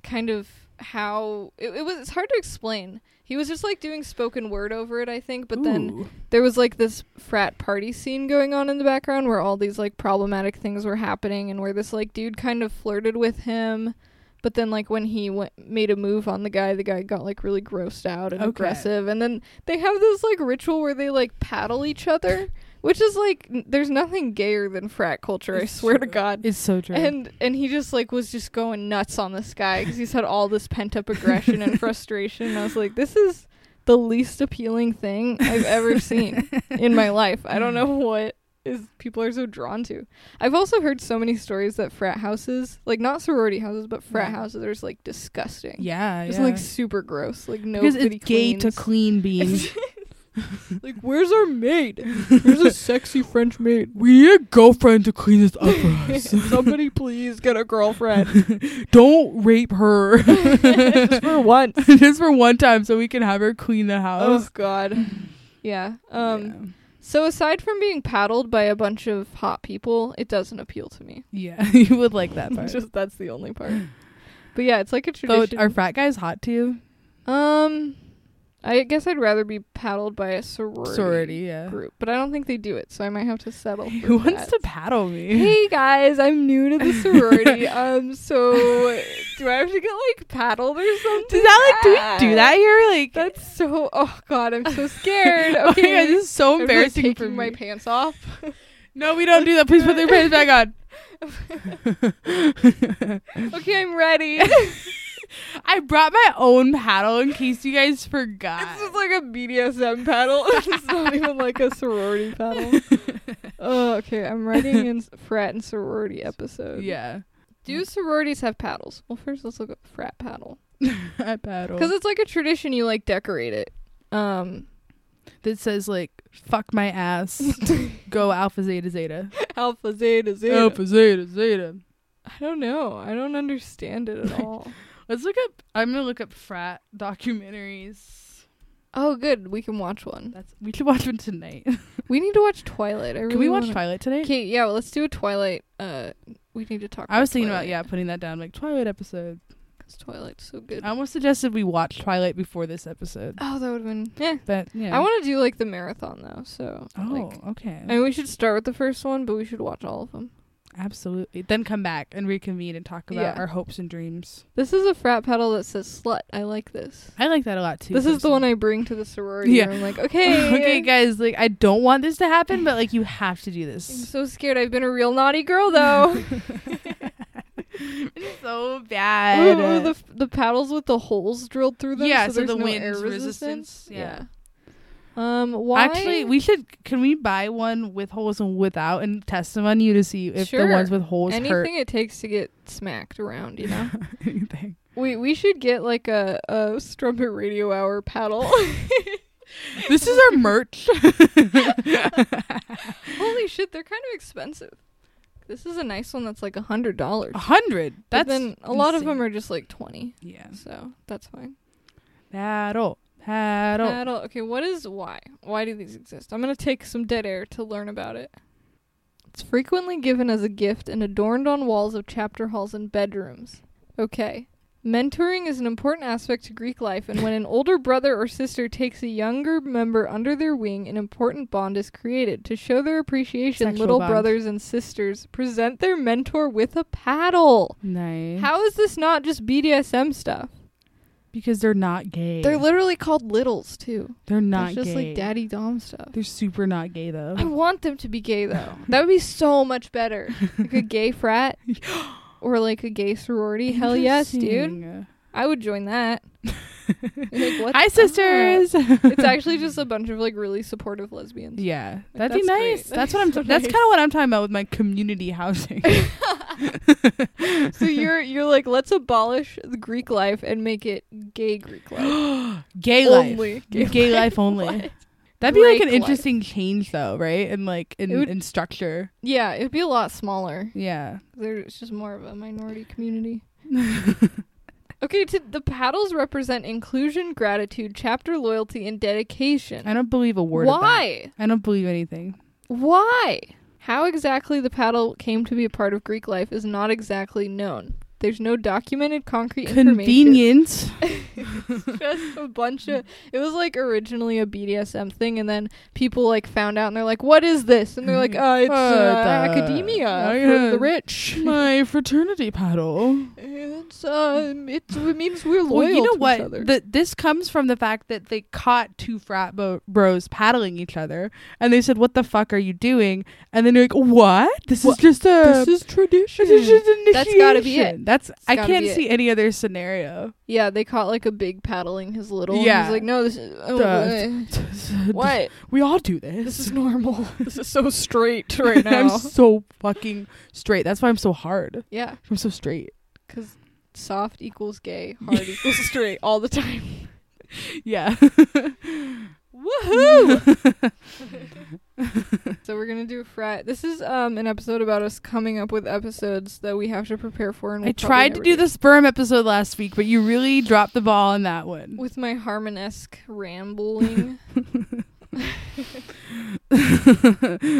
[SPEAKER 2] kind of how it, it was it's hard to explain he was just like doing spoken word over it i think but then
[SPEAKER 1] Ooh.
[SPEAKER 2] there was like this frat party scene going on in the background where all these like problematic things were happening and where this like dude kind of flirted with him but then like when he went, made a move on the guy the guy got like really grossed out and
[SPEAKER 1] Okay.
[SPEAKER 2] aggressive and then they have this like ritual where they like paddle each other which is like n- there's nothing gayer than frat culture i
[SPEAKER 1] It's
[SPEAKER 2] swear to
[SPEAKER 1] true.
[SPEAKER 2] god
[SPEAKER 1] it's so true.
[SPEAKER 2] and and he just like was just going nuts on this guy because he's had all this pent up aggression and frustration. And I was like, this is the least appealing thing I've ever seen in my life. I don't know what is people are so drawn to. I've also heard so many stories that frat houses, like not sorority houses, but frat
[SPEAKER 1] Yeah.
[SPEAKER 2] houses, are just like disgusting.
[SPEAKER 1] yeah,
[SPEAKER 2] it's
[SPEAKER 1] yeah.
[SPEAKER 2] like super gross. Like no,
[SPEAKER 1] because it's gay to clean beans.
[SPEAKER 2] like where's our maid? Where's a sexy French maid?
[SPEAKER 1] we need a girlfriend to clean this up for us.
[SPEAKER 2] Somebody please get a girlfriend.
[SPEAKER 1] Don't rape her.
[SPEAKER 2] Just for once.
[SPEAKER 1] Just for one time so we can have her clean the
[SPEAKER 2] Oh
[SPEAKER 1] house.
[SPEAKER 2] God. Yeah. Um. So aside from being paddled by a bunch of hot people, it doesn't appeal to me.
[SPEAKER 1] yeah. Yeah, you would like that part.
[SPEAKER 2] Just that's the only part. But yeah, it's like a
[SPEAKER 1] So
[SPEAKER 2] tradition.
[SPEAKER 1] are frat guys hot to you?
[SPEAKER 2] um, I guess I'd rather be paddled by a sorority,
[SPEAKER 1] Sorority, yeah.
[SPEAKER 2] group, but I don't think they do it, so I might have to settle. For
[SPEAKER 1] Who wants
[SPEAKER 2] that.
[SPEAKER 1] to paddle me?
[SPEAKER 2] Hey guys, I'm new to the sorority. um, so do I have to get like paddled or something?
[SPEAKER 1] Does that like do we do that here? Like
[SPEAKER 2] That's so. Oh God, I'm so scared.
[SPEAKER 1] Oh my
[SPEAKER 2] Okay,
[SPEAKER 1] God, this is so
[SPEAKER 2] I'm, like,
[SPEAKER 1] embarrassing for
[SPEAKER 2] taking my
[SPEAKER 1] me.
[SPEAKER 2] pants off.
[SPEAKER 1] No, we don't do that. Please put your pants back on.
[SPEAKER 2] Okay, I'm ready.
[SPEAKER 1] I brought my own paddle in case you guys forgot.
[SPEAKER 2] It's just like a BDSM paddle. it's not even like a sorority paddle. Oh, okay. I'm writing in s- frat and sorority episode.
[SPEAKER 1] yeah.
[SPEAKER 2] Do sororities have paddles? Well, first let's look at frat paddle
[SPEAKER 1] I paddle.
[SPEAKER 2] because it's like a tradition. You like decorate it. Um,
[SPEAKER 1] that says like fuck my ass go alpha zeta zeta
[SPEAKER 2] alpha zeta zeta.
[SPEAKER 1] zeta zeta
[SPEAKER 2] I don't know. I don't understand it at all.
[SPEAKER 1] let's look up i'm gonna look up frat documentaries
[SPEAKER 2] oh, good. We can watch one.
[SPEAKER 1] that's we should watch one tonight
[SPEAKER 2] We need to watch Twilight. I really
[SPEAKER 1] can we watch
[SPEAKER 2] wanna-
[SPEAKER 1] twilight tonight
[SPEAKER 2] Okay, yeah. Well, let's do a Twilight. Uh, we need to talk.
[SPEAKER 1] i was thinking about yeah putting that down like twilight episode
[SPEAKER 2] because Twilight's so good.
[SPEAKER 1] i almost suggested we watch twilight before this episode
[SPEAKER 2] Oh, that would have been. Yeah.
[SPEAKER 1] but yeah
[SPEAKER 2] I want to do like the marathon though. So.
[SPEAKER 1] oh
[SPEAKER 2] Like,
[SPEAKER 1] okay
[SPEAKER 2] I mean, we should start with the first one, but we should watch all of them.
[SPEAKER 1] absolutely then come back and reconvene and talk about
[SPEAKER 2] Yeah.
[SPEAKER 1] our hopes and dreams
[SPEAKER 2] This is a frat pedal that says slut. I like this.
[SPEAKER 1] i like that a lot too
[SPEAKER 2] this is the
[SPEAKER 1] personally.
[SPEAKER 2] one I bring to the sorority.
[SPEAKER 1] Yeah.
[SPEAKER 2] Yeah. I'm like, okay.
[SPEAKER 1] okay guys like i don't want this to happen but like you have to do
[SPEAKER 2] I'm
[SPEAKER 1] this
[SPEAKER 2] so scared. I've been a real naughty girl though.
[SPEAKER 1] It's so
[SPEAKER 2] Ooh,
[SPEAKER 1] bad.
[SPEAKER 2] the the paddles with the holes drilled through them.
[SPEAKER 1] Yeah,
[SPEAKER 2] so,
[SPEAKER 1] so
[SPEAKER 2] there's
[SPEAKER 1] the
[SPEAKER 2] no
[SPEAKER 1] wind
[SPEAKER 2] air
[SPEAKER 1] resistance,
[SPEAKER 2] resistance.
[SPEAKER 1] yeah.
[SPEAKER 2] Yeah. Um. Why?
[SPEAKER 1] Actually, we should. Can we buy one with holes and without and test them on you to see if
[SPEAKER 2] Sure.
[SPEAKER 1] the ones with holes
[SPEAKER 2] anything
[SPEAKER 1] hurt?
[SPEAKER 2] it takes to get smacked around, you know.
[SPEAKER 1] Anything.
[SPEAKER 2] we we should get like a a strumpet radio hour paddle.
[SPEAKER 1] This is our merch.
[SPEAKER 2] Holy shit, they're kind of expensive. This is a nice one that's like a hundred dollars.
[SPEAKER 1] A hundred.
[SPEAKER 2] But
[SPEAKER 1] Oh, That's
[SPEAKER 2] then a lot of them are just like twenty,
[SPEAKER 1] Yeah.
[SPEAKER 2] so that's fine.
[SPEAKER 1] Paddle. Paddle.
[SPEAKER 2] Paddle. Okay, what is why? Why do these exist? I'm gonna take some dead air to learn about it. It's frequently given as a gift and adorned on walls of chapter halls and bedrooms. Okay. Mentoring is an important aspect to Greek life, and when an older brother or sister takes a younger member under their wing, an important bond is created. To show their appreciation,
[SPEAKER 1] Sexual
[SPEAKER 2] little
[SPEAKER 1] bond.
[SPEAKER 2] brothers and sisters present their mentor with a paddle.
[SPEAKER 1] Nice.
[SPEAKER 2] How is this not just BDSM stuff?
[SPEAKER 1] because they're not gay.
[SPEAKER 2] They're literally called littles too.
[SPEAKER 1] They're not
[SPEAKER 2] That's just
[SPEAKER 1] gay.
[SPEAKER 2] like daddy dom stuff.
[SPEAKER 1] They're super not gay though.
[SPEAKER 2] I want them to be gay though. that would be so much better. Like a gay frat or like a gay sorority. Hell yes, dude.
[SPEAKER 1] Interesting.
[SPEAKER 2] I would join that. Like, what's
[SPEAKER 1] Hi,
[SPEAKER 2] up?
[SPEAKER 1] sisters.
[SPEAKER 2] It's actually just a bunch of like really supportive lesbians.
[SPEAKER 1] yeah,
[SPEAKER 2] Like,
[SPEAKER 1] that'd be
[SPEAKER 2] that's great.
[SPEAKER 1] nice.
[SPEAKER 2] That'd
[SPEAKER 1] That's
[SPEAKER 2] be
[SPEAKER 1] what I'm.
[SPEAKER 2] so
[SPEAKER 1] That's
[SPEAKER 2] nice.
[SPEAKER 1] kind of what I'm talking about with my community housing.
[SPEAKER 2] So you're you're like let's abolish the Greek life and make it gay Greek life.
[SPEAKER 1] gay
[SPEAKER 2] Only
[SPEAKER 1] life,
[SPEAKER 2] gay
[SPEAKER 1] gay, life only.
[SPEAKER 2] What?
[SPEAKER 1] That'd be like
[SPEAKER 2] Great
[SPEAKER 1] an
[SPEAKER 2] life.
[SPEAKER 1] interesting change, though, right? And like in,
[SPEAKER 2] It would-
[SPEAKER 1] in structure,
[SPEAKER 2] yeah, it'd be a lot smaller.
[SPEAKER 1] yeah.
[SPEAKER 2] There's just more of a minority community. Okay, to the paddles represent inclusion, gratitude, chapter loyalty, and dedication.
[SPEAKER 1] I don't believe a word. of that.
[SPEAKER 2] Why?
[SPEAKER 1] I don't believe anything.
[SPEAKER 2] Why? How exactly the paddle came to be a part of Greek life is not exactly known. There's no documented concrete information.
[SPEAKER 1] Convenient.
[SPEAKER 2] Just a bunch of. It was like originally a BDSM thing, and then people like found out and they're like, "What is this?" And they're like, "Uh, it's uh,
[SPEAKER 1] Uh,
[SPEAKER 2] academia
[SPEAKER 1] uh,
[SPEAKER 2] for
[SPEAKER 1] yeah.
[SPEAKER 2] the rich."
[SPEAKER 1] My fraternity paddle.
[SPEAKER 2] It's um, it, it means we're loyal
[SPEAKER 1] Well, you know
[SPEAKER 2] to each
[SPEAKER 1] what?
[SPEAKER 2] other.
[SPEAKER 1] The, this comes from the fact that they caught two frat bo- bros paddling each other, and they said, "What the fuck are you doing?" And then you're like, "What? This is
[SPEAKER 2] What?
[SPEAKER 1] just a
[SPEAKER 2] is tradition.
[SPEAKER 1] this is just initiation."
[SPEAKER 2] That's gotta be it.
[SPEAKER 1] That's I
[SPEAKER 2] gotta
[SPEAKER 1] can't
[SPEAKER 2] be it.
[SPEAKER 1] see any other scenario.
[SPEAKER 2] Yeah, they caught like a big paddling his little. and
[SPEAKER 1] Yeah.
[SPEAKER 2] he's like, no, this is oh,
[SPEAKER 1] Duh.
[SPEAKER 2] uh, what?
[SPEAKER 1] We all do this.
[SPEAKER 2] This is normal. this is so straight right
[SPEAKER 1] I'm so fucking straight. That's why I'm so hard.
[SPEAKER 2] yeah,
[SPEAKER 1] I'm so straight.
[SPEAKER 2] because soft equals gay, hard equals straight all the time.
[SPEAKER 1] Yeah.
[SPEAKER 2] Woohoo! so we're gonna do a frat. This is um an episode about us coming up with episodes that we have to prepare for. And
[SPEAKER 1] I
[SPEAKER 2] we'll probably
[SPEAKER 1] tried to
[SPEAKER 2] never
[SPEAKER 1] do the sperm episode last week, but you really dropped the ball on that one.
[SPEAKER 2] with my Harmon-esque rambling.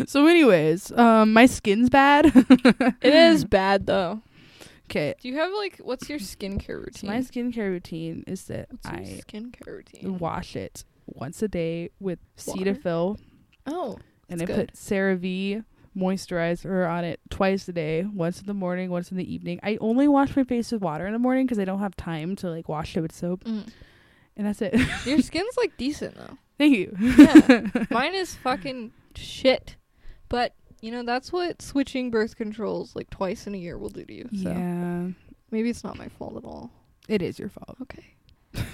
[SPEAKER 1] so anyways um my skin's bad
[SPEAKER 2] it is bad though.
[SPEAKER 1] okay
[SPEAKER 2] Do you have like what's your skincare
[SPEAKER 1] so
[SPEAKER 2] routine?
[SPEAKER 1] my skincare routine is that
[SPEAKER 2] what's your
[SPEAKER 1] i
[SPEAKER 2] skincare routine?
[SPEAKER 1] wash it once a day with
[SPEAKER 2] Water?
[SPEAKER 1] cetaphil
[SPEAKER 2] Oh,
[SPEAKER 1] and i
[SPEAKER 2] That's
[SPEAKER 1] put cerave moisturizer on it twice a day once in the morning once in the evening i only wash my face with water in the morning because i don't have time to like wash it with soap
[SPEAKER 2] mm.
[SPEAKER 1] and that's it
[SPEAKER 2] your skin's like decent though.
[SPEAKER 1] thank you
[SPEAKER 2] Yeah, mine is fucking shit. But you know that's what switching birth controls like twice in a year will do to you. So
[SPEAKER 1] yeah
[SPEAKER 2] maybe it's not my fault at all.
[SPEAKER 1] it is your fault
[SPEAKER 2] Okay.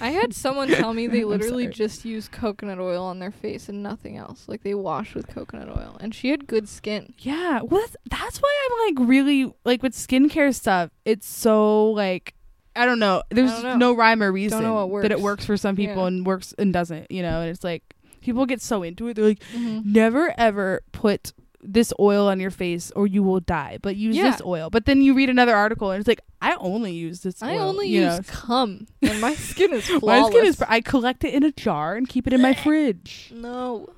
[SPEAKER 2] I had someone tell me they
[SPEAKER 1] I'm
[SPEAKER 2] literally
[SPEAKER 1] sorry.
[SPEAKER 2] just use coconut oil on their face and nothing else. Like they wash with coconut oil, and she had good skin.
[SPEAKER 1] Yeah, well, that's, that's why I'm like really like with skincare stuff. It's so like I don't know. There's
[SPEAKER 2] don't know.
[SPEAKER 1] no rhyme or reason
[SPEAKER 2] what
[SPEAKER 1] that it
[SPEAKER 2] works.
[SPEAKER 1] works for some people
[SPEAKER 2] Yeah.
[SPEAKER 1] and works and doesn't. You know, and it's like people get so into it. They're like, never ever put this oil on your face or you will die. But use
[SPEAKER 2] Yeah.
[SPEAKER 1] this oil. But then you read another article and it's like, I only use this.
[SPEAKER 2] I
[SPEAKER 1] oil,"
[SPEAKER 2] only
[SPEAKER 1] you know?
[SPEAKER 2] use cum, and my skin is
[SPEAKER 1] my
[SPEAKER 2] flawless.
[SPEAKER 1] skin is. I collect it in a jar and keep it in my fridge.
[SPEAKER 2] no.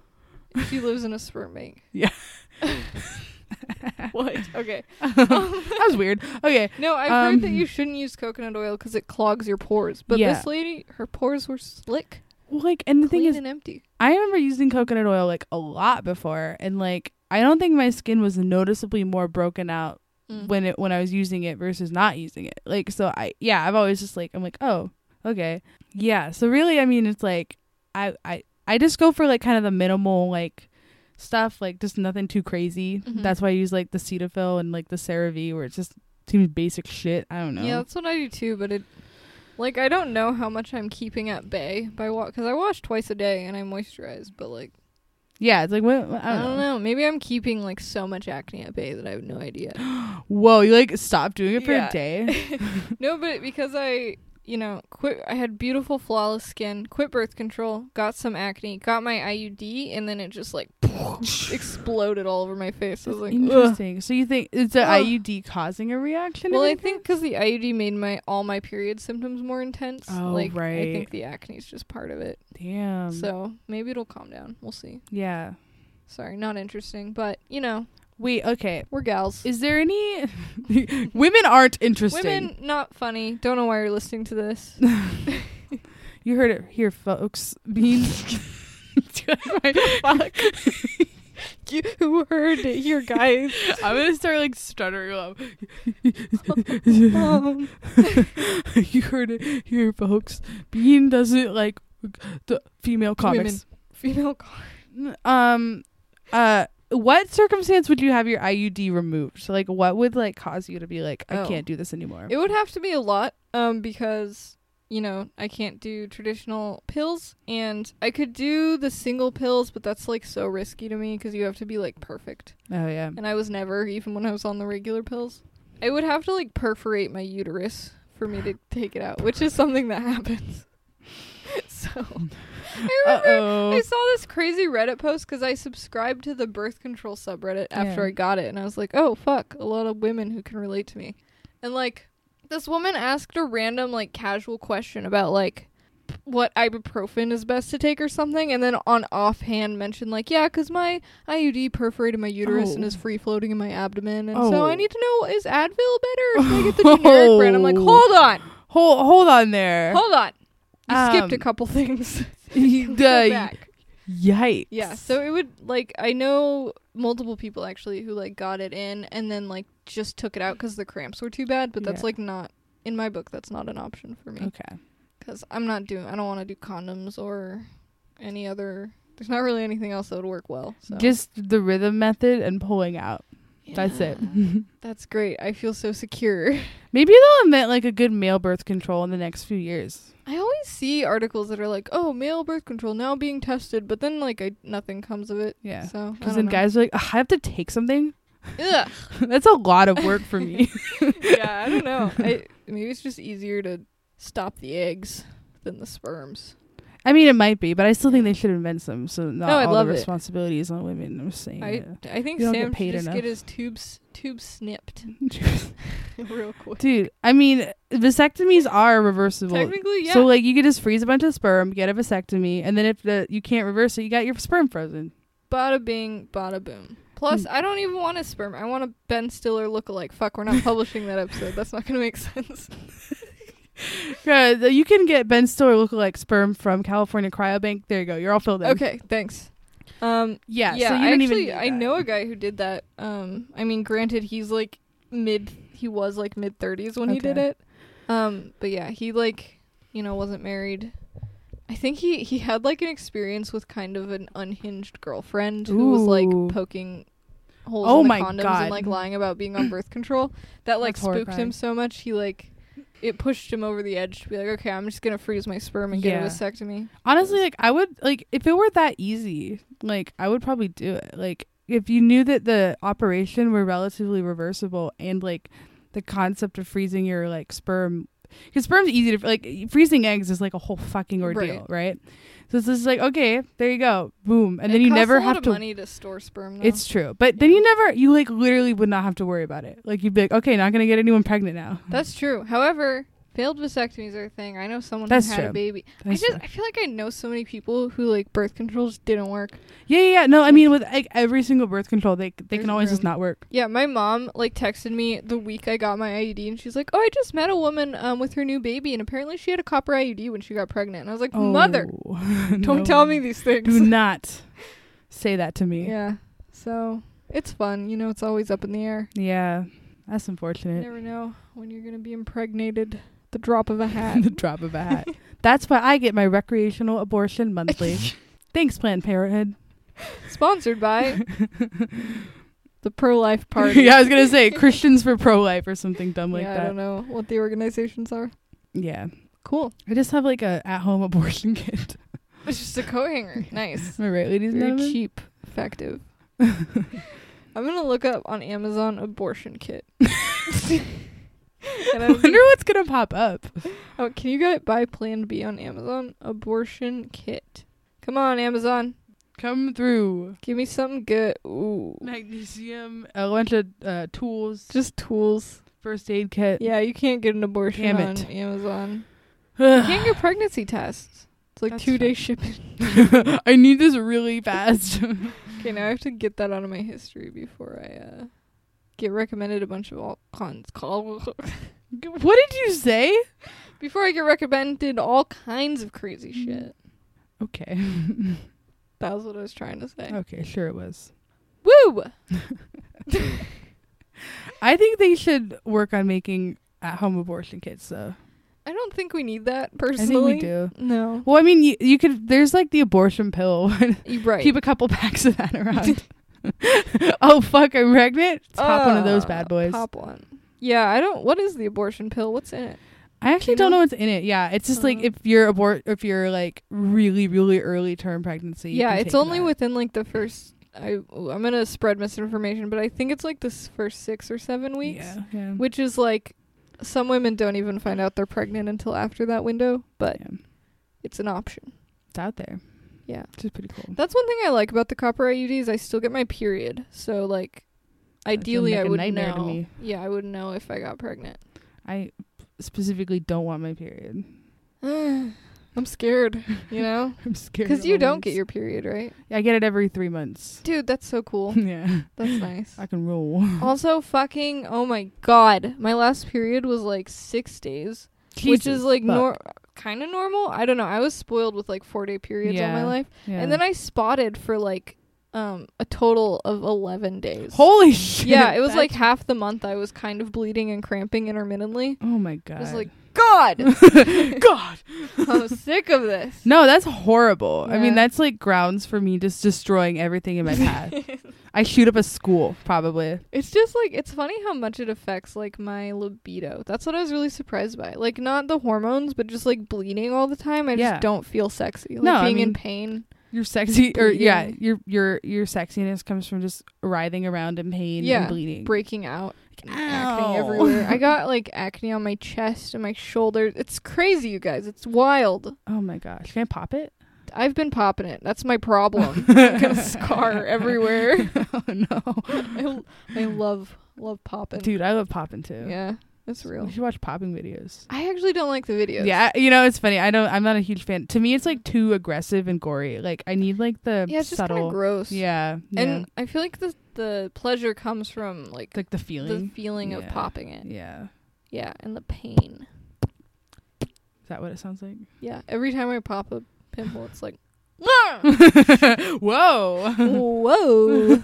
[SPEAKER 2] She lives in a sperm bank.
[SPEAKER 1] Yeah.
[SPEAKER 2] what? Okay.
[SPEAKER 1] That was weird. Okay,
[SPEAKER 2] No, I've
[SPEAKER 1] Um,
[SPEAKER 2] heard that you shouldn't use coconut oil because it clogs your pores. But
[SPEAKER 1] Yeah.
[SPEAKER 2] this lady, her pores were slick,
[SPEAKER 1] well, like, and the
[SPEAKER 2] clean,
[SPEAKER 1] thing is,
[SPEAKER 2] and empty.
[SPEAKER 1] I remember using coconut oil like a lot before, and like I don't think my skin was noticeably more broken out
[SPEAKER 2] Mm-hmm. Mm.
[SPEAKER 1] when it when I was using it versus not using it. Like so, I yeah, I've always just like I'm like oh okay yeah. So really, I mean, it's like I I I just go for like kind of the minimal like stuff, like just nothing too crazy.
[SPEAKER 2] Mhm.
[SPEAKER 1] That's why I use like the Cetaphil and like the CeraVe, where it's just seems basic shit. I don't know.
[SPEAKER 2] Yeah, that's what I do too. But it, like, I don't know how much I'm keeping at bay by what because I wash twice a day and I moisturize. But like,
[SPEAKER 1] Yeah, it's like what, what-
[SPEAKER 2] I don't, know. Maybe I'm keeping like so much acne at bay that I have no idea.
[SPEAKER 1] Whoa, you like stop doing it for
[SPEAKER 2] Yeah.
[SPEAKER 1] a day?
[SPEAKER 2] no, but because I. You know, quit. I had beautiful, flawless skin. Quit birth control. Got some acne. Got my IUD, and then it just like exploded all over my face. I was like, "Ugh."
[SPEAKER 1] Interesting. So you think is the
[SPEAKER 2] Ugh.
[SPEAKER 1] IUD causing a reaction?
[SPEAKER 2] Well,
[SPEAKER 1] in
[SPEAKER 2] I
[SPEAKER 1] your
[SPEAKER 2] think because the IUD made my all my period symptoms more intense.
[SPEAKER 1] Oh,
[SPEAKER 2] like, I
[SPEAKER 1] right.
[SPEAKER 2] think the acne's just part of it.
[SPEAKER 1] face? Damn.
[SPEAKER 2] so maybe it'll calm down. We'll see.
[SPEAKER 1] yeah.
[SPEAKER 2] Sorry, not interesting, but you know,
[SPEAKER 1] Wait. Okay.
[SPEAKER 2] we're gals.
[SPEAKER 1] Is there any women aren't interesting?
[SPEAKER 2] Women not funny. Don't know why you're listening to this.
[SPEAKER 1] You heard it here, folks. Beans. Dude, my-
[SPEAKER 2] You heard it here, guys.
[SPEAKER 1] I'm gonna start like stuttering up.
[SPEAKER 2] um,
[SPEAKER 1] you heard it here, folks. Bean doesn't like the female comics.
[SPEAKER 2] female car.
[SPEAKER 1] Um, uh, what circumstance would you have your IUD removed? So, like, what would like cause you to be like, I
[SPEAKER 2] Oh.
[SPEAKER 1] can't do this anymore?
[SPEAKER 2] It would have to be a lot, um, because you know I can't do traditional pills, and I could do the single pills, but that's like so risky to me because you have to be like perfect,
[SPEAKER 1] oh yeah.
[SPEAKER 2] and I was never, even when I was on the regular pills. I would have to like perforate my uterus for me to take it out, which is something that happens. so I
[SPEAKER 1] Uh
[SPEAKER 2] remember I
[SPEAKER 1] oh.
[SPEAKER 2] saw this crazy Reddit post because I subscribed to the birth control subreddit after
[SPEAKER 1] Yeah.
[SPEAKER 2] I got it, and I was like, oh, fuck, a lot of women who can relate to me. And like, this woman asked a random, like, casual question about, like, what ibuprofen is best to take or something, and then on offhand mentioned, like, yeah, because my IUD perforated my uterus and
[SPEAKER 1] Oh.
[SPEAKER 2] is free floating in my abdomen, and
[SPEAKER 1] Oh.
[SPEAKER 2] so I need to know is Advil better or should I get the generic brand? I'm like,
[SPEAKER 1] Oh.
[SPEAKER 2] hold on,
[SPEAKER 1] Hold hold on there.
[SPEAKER 2] hold on. You skipped
[SPEAKER 1] Oh.
[SPEAKER 2] a
[SPEAKER 1] Um,
[SPEAKER 2] couple things.
[SPEAKER 1] You-
[SPEAKER 2] Go
[SPEAKER 1] duh,
[SPEAKER 2] back.
[SPEAKER 1] Yikes.
[SPEAKER 2] Yeah, so it would like I know multiple people actually who like got it in and then like just took it out because the cramps were too bad, but that's
[SPEAKER 1] Yeah.
[SPEAKER 2] like not in my book. That's not an option for me
[SPEAKER 1] okay.
[SPEAKER 2] because I'm not doing. I don't want to do condoms or any other. There's not really anything else that would work well. So
[SPEAKER 1] Just the rhythm method and pulling out. That's
[SPEAKER 2] Yeah.
[SPEAKER 1] it.
[SPEAKER 2] That's great. I feel so secure.
[SPEAKER 1] Maybe they'll invent like a good male birth control in the next few years.
[SPEAKER 2] I always see articles that are like, "Oh, male birth control now being tested," but then like I, nothing comes of it.
[SPEAKER 1] Yeah.
[SPEAKER 2] So
[SPEAKER 1] Because then guys are like, "Ugh, I have to take something.
[SPEAKER 2] Ugh.
[SPEAKER 1] That's a lot of work for me.
[SPEAKER 2] yeah, I don't know. I, maybe it's just easier to stop the eggs than the sperms.
[SPEAKER 1] I mean, it might be, but I still think they should invent some. So not
[SPEAKER 2] No, I
[SPEAKER 1] all
[SPEAKER 2] love it.
[SPEAKER 1] the responsibility is on women. I'm just saying.
[SPEAKER 2] I I think
[SPEAKER 1] You don't get
[SPEAKER 2] Sam should
[SPEAKER 1] paid
[SPEAKER 2] just
[SPEAKER 1] enough.
[SPEAKER 2] get his tubes tubes snipped real quick.
[SPEAKER 1] Dude, I mean, vasectomies are reversible.
[SPEAKER 2] Technically, yeah.
[SPEAKER 1] So like, you could just freeze a bunch of sperm, get a vasectomy, and then if the you can't reverse it, you got your sperm frozen.
[SPEAKER 2] bada bing, bada boom.
[SPEAKER 1] Hmm.
[SPEAKER 2] Plus, I don't even want a sperm. I want a Ben Stiller lookalike. Fuck, we're not publishing that episode. That's not gonna make sense.
[SPEAKER 1] Yeah, th- you can get Ben Stiller lookalike sperm from California Cryobank. There you go. You're all filled in.
[SPEAKER 2] Okay, thanks. Um,
[SPEAKER 1] Yeah.
[SPEAKER 2] yeah,
[SPEAKER 1] so you
[SPEAKER 2] I
[SPEAKER 1] don't
[SPEAKER 2] actually
[SPEAKER 1] even
[SPEAKER 2] I know a guy who did that. Um, I mean, granted, he's like mid. He was like mid thirties when he did
[SPEAKER 1] Okay.
[SPEAKER 2] it. Um, but yeah, he like you know wasn't married. I think he he had like an experience with kind of an unhinged girlfriend who was
[SPEAKER 1] Ooh.
[SPEAKER 2] like poking holes
[SPEAKER 1] Oh
[SPEAKER 2] in the
[SPEAKER 1] my
[SPEAKER 2] condoms
[SPEAKER 1] God.
[SPEAKER 2] and like lying about being on birth control. That like
[SPEAKER 1] That's
[SPEAKER 2] spooked
[SPEAKER 1] horrifying.
[SPEAKER 2] him so much he like it pushed him over the edge to be like, okay, I'm just gonna freeze my sperm and get
[SPEAKER 1] Yeah.
[SPEAKER 2] a vasectomy.
[SPEAKER 1] Honestly, like I would like if it were that easy, like I would probably do it. Like if you knew that the operation were relatively reversible and like the concept of freezing your like sperm because sperm's easy to like freezing eggs is like a whole fucking ordeal, right? So it's just like okay, there you go, boom, and
[SPEAKER 2] It
[SPEAKER 1] then you
[SPEAKER 2] costs
[SPEAKER 1] never
[SPEAKER 2] a lot
[SPEAKER 1] have
[SPEAKER 2] of
[SPEAKER 1] to.
[SPEAKER 2] money to store sperm. Though.
[SPEAKER 1] It's true, but then you never, you like literally would not have to worry about it. Like you'd be like, okay, not gonna get anyone pregnant now.
[SPEAKER 2] That's true. However, failed vasectomies are a thing. I know someone
[SPEAKER 1] That's
[SPEAKER 2] who had a
[SPEAKER 1] true.
[SPEAKER 2] baby.
[SPEAKER 1] That's
[SPEAKER 2] I just
[SPEAKER 1] true.
[SPEAKER 2] I feel like I know so many people who like birth control just didn't work.
[SPEAKER 1] yeah, yeah, yeah. No, I mean with like every single birth control, they they
[SPEAKER 2] There's
[SPEAKER 1] can always just
[SPEAKER 2] room.
[SPEAKER 1] not work.
[SPEAKER 2] Yeah, my mom like texted me the week I got my IUD and she's like, "Oh, I just met a woman um with her new baby and apparently she had a copper IUD when she got pregnant." And I was like, "Mother,
[SPEAKER 1] Oh,
[SPEAKER 2] don't
[SPEAKER 1] no.
[SPEAKER 2] tell me these
[SPEAKER 1] Do
[SPEAKER 2] things."
[SPEAKER 1] not say that to me.
[SPEAKER 2] yeah. So, it's fun. You know, it's always up in the air.
[SPEAKER 1] Yeah, that's
[SPEAKER 2] You
[SPEAKER 1] unfortunate.
[SPEAKER 2] never know when you're going to be impregnated at the drop of a hat.
[SPEAKER 1] the drop of a hat. that's why I get my recreational abortion monthly. Thanks, Planned Parenthood.
[SPEAKER 2] Sponsored by the pro-life party.
[SPEAKER 1] yeah, I was gonna say Christians for pro life or something dumb like
[SPEAKER 2] yeah, I
[SPEAKER 1] that.
[SPEAKER 2] don't know what the organizations are.
[SPEAKER 1] Yeah,
[SPEAKER 2] Cool.
[SPEAKER 1] I just have like a at home abortion kit.
[SPEAKER 2] It's just a coat hanger. Nice.
[SPEAKER 1] Am I right, ladies and
[SPEAKER 2] Very
[SPEAKER 1] gentlemen?
[SPEAKER 2] cheap, effective. I'm gonna look up on Amazon abortion kit. and
[SPEAKER 1] I
[SPEAKER 2] I'm
[SPEAKER 1] wonder what's gonna pop up.
[SPEAKER 2] oh, can you get buy Plan B on Amazon? Abortion kit. Come on, Amazon.
[SPEAKER 1] Come through.
[SPEAKER 2] Give me something good. Ooh.
[SPEAKER 1] Magnesium, a bunch of uh, tools,
[SPEAKER 2] Just tools.
[SPEAKER 1] first aid kit.
[SPEAKER 2] Yeah, you can't get an abortion
[SPEAKER 1] Damn
[SPEAKER 2] on
[SPEAKER 1] it.
[SPEAKER 2] Amazon. You
[SPEAKER 1] Yeah.
[SPEAKER 2] can't get pregnancy tests. It's like
[SPEAKER 1] That's
[SPEAKER 2] two day
[SPEAKER 1] fine.
[SPEAKER 2] shipping.
[SPEAKER 1] I need this really fast.
[SPEAKER 2] Okay, now I have to get that out of my history before I uh, get recommended a bunch of all cons. Call
[SPEAKER 1] what did you say?
[SPEAKER 2] before I get recommended all kinds of
[SPEAKER 1] Mm-hmm.
[SPEAKER 2] crazy shit.
[SPEAKER 1] Okay.
[SPEAKER 2] That was what I was trying to say.
[SPEAKER 1] Okay, sure it was.
[SPEAKER 2] Woo!
[SPEAKER 1] I think they should work on making at home abortion kits though.
[SPEAKER 2] I don't think we need
[SPEAKER 1] I
[SPEAKER 2] that
[SPEAKER 1] think
[SPEAKER 2] personally.
[SPEAKER 1] we do.
[SPEAKER 2] No.
[SPEAKER 1] Well, I mean, you, you could. There's like the abortion pill. one.
[SPEAKER 2] You right.
[SPEAKER 1] Keep a couple packs of that around. oh fuck, I'm pregnant. Let's pop one of those
[SPEAKER 2] Uh,
[SPEAKER 1] bad boys.
[SPEAKER 2] Pop one. Yeah, I don't. What is the abortion pill? What's in it?
[SPEAKER 1] I actually
[SPEAKER 2] Do
[SPEAKER 1] don't
[SPEAKER 2] you know?
[SPEAKER 1] know what's in it. Yeah, it's just like
[SPEAKER 2] Uh.
[SPEAKER 1] if you're abort, if you're like really, really early term pregnancy. you
[SPEAKER 2] yeah,
[SPEAKER 1] can
[SPEAKER 2] it's
[SPEAKER 1] take
[SPEAKER 2] only
[SPEAKER 1] that.
[SPEAKER 2] within like the first. I I'm gonna spread misinformation, but I think it's like this first six or seven weeks,
[SPEAKER 1] Yeah, yeah.
[SPEAKER 2] which is like some women don't even find out they're pregnant until after that window, but
[SPEAKER 1] Yeah.
[SPEAKER 2] it's an option.
[SPEAKER 1] It's out there.
[SPEAKER 2] Yeah.
[SPEAKER 1] which is pretty cool.
[SPEAKER 2] That's one thing I like about the copper IUDs. I still get my period, so like,
[SPEAKER 1] sounds
[SPEAKER 2] ideally,
[SPEAKER 1] like
[SPEAKER 2] I
[SPEAKER 1] a
[SPEAKER 2] would
[SPEAKER 1] nightmare
[SPEAKER 2] know.
[SPEAKER 1] to me.
[SPEAKER 2] Yeah, I would know if I got pregnant.
[SPEAKER 1] I specifically don't want my period.
[SPEAKER 2] I'm scared, you know,
[SPEAKER 1] I'm scared.
[SPEAKER 2] because
[SPEAKER 1] it
[SPEAKER 2] you don't
[SPEAKER 1] always-
[SPEAKER 2] get your period, right?
[SPEAKER 1] I get it every three months.
[SPEAKER 2] Dude, that's so cool.
[SPEAKER 1] yeah,
[SPEAKER 2] That's nice.
[SPEAKER 1] I can roll.
[SPEAKER 2] Also, fucking, oh my god, my last period was like six days, which is like nor- kind of normal. I don't know. I was spoiled with like four day periods all my
[SPEAKER 1] Yeah.
[SPEAKER 2] life, and then I spotted for like um a total of eleven days.
[SPEAKER 1] holy shit.
[SPEAKER 2] yeah, it was like
[SPEAKER 1] that's-
[SPEAKER 2] half the month I was kind of bleeding and cramping intermittently.
[SPEAKER 1] Oh my god.
[SPEAKER 2] I was like, God,
[SPEAKER 1] God.
[SPEAKER 2] I'm sick of this.
[SPEAKER 1] No, that's horrible. I
[SPEAKER 2] Yeah.
[SPEAKER 1] mean, that's like grounds for me just destroying everything in my path. I shoot up a school, probably.
[SPEAKER 2] It's just like it's funny how much it affects like my libido. That's what I was really surprised by. Like not the hormones, but just like bleeding all the time. I
[SPEAKER 1] Yeah.
[SPEAKER 2] just don't feel sexy. Like
[SPEAKER 1] No, I
[SPEAKER 2] being in
[SPEAKER 1] mean-
[SPEAKER 2] pain.
[SPEAKER 1] Your sexy, or yeah,
[SPEAKER 2] Bleeding.
[SPEAKER 1] your your your sexiness comes from just writhing around in pain
[SPEAKER 2] Yeah.
[SPEAKER 1] and bleeding.
[SPEAKER 2] breaking out and acne
[SPEAKER 1] Ow.
[SPEAKER 2] everywhere. I got like acne on my chest and my shoulders. It's crazy, you guys. It's wild.
[SPEAKER 1] Oh my gosh, can I pop it?
[SPEAKER 2] I've been popping it. That's my problem. I got a scar everywhere.
[SPEAKER 1] oh no,
[SPEAKER 2] I, I love love popping.
[SPEAKER 1] dude, I love popping too.
[SPEAKER 2] Yeah, that's
[SPEAKER 1] We
[SPEAKER 2] real.
[SPEAKER 1] should watch popping videos.
[SPEAKER 2] I actually don't like the videos.
[SPEAKER 1] Yeah, you know it's funny. I don't. I'm not a huge fan. To me, it's like too aggressive and gory. Like I need like the
[SPEAKER 2] Yeah, it's just kind
[SPEAKER 1] subtle.
[SPEAKER 2] of gross.
[SPEAKER 1] yeah, yeah.
[SPEAKER 2] And I feel like the the pleasure comes from like
[SPEAKER 1] like the
[SPEAKER 2] the
[SPEAKER 1] feeling.
[SPEAKER 2] feeling of
[SPEAKER 1] Yeah.
[SPEAKER 2] popping it.
[SPEAKER 1] yeah,
[SPEAKER 2] Yeah, and the pain.
[SPEAKER 1] is that what it sounds like?
[SPEAKER 2] Yeah, every time I pop a pimple, it's like,
[SPEAKER 1] Whoa.
[SPEAKER 2] whoa.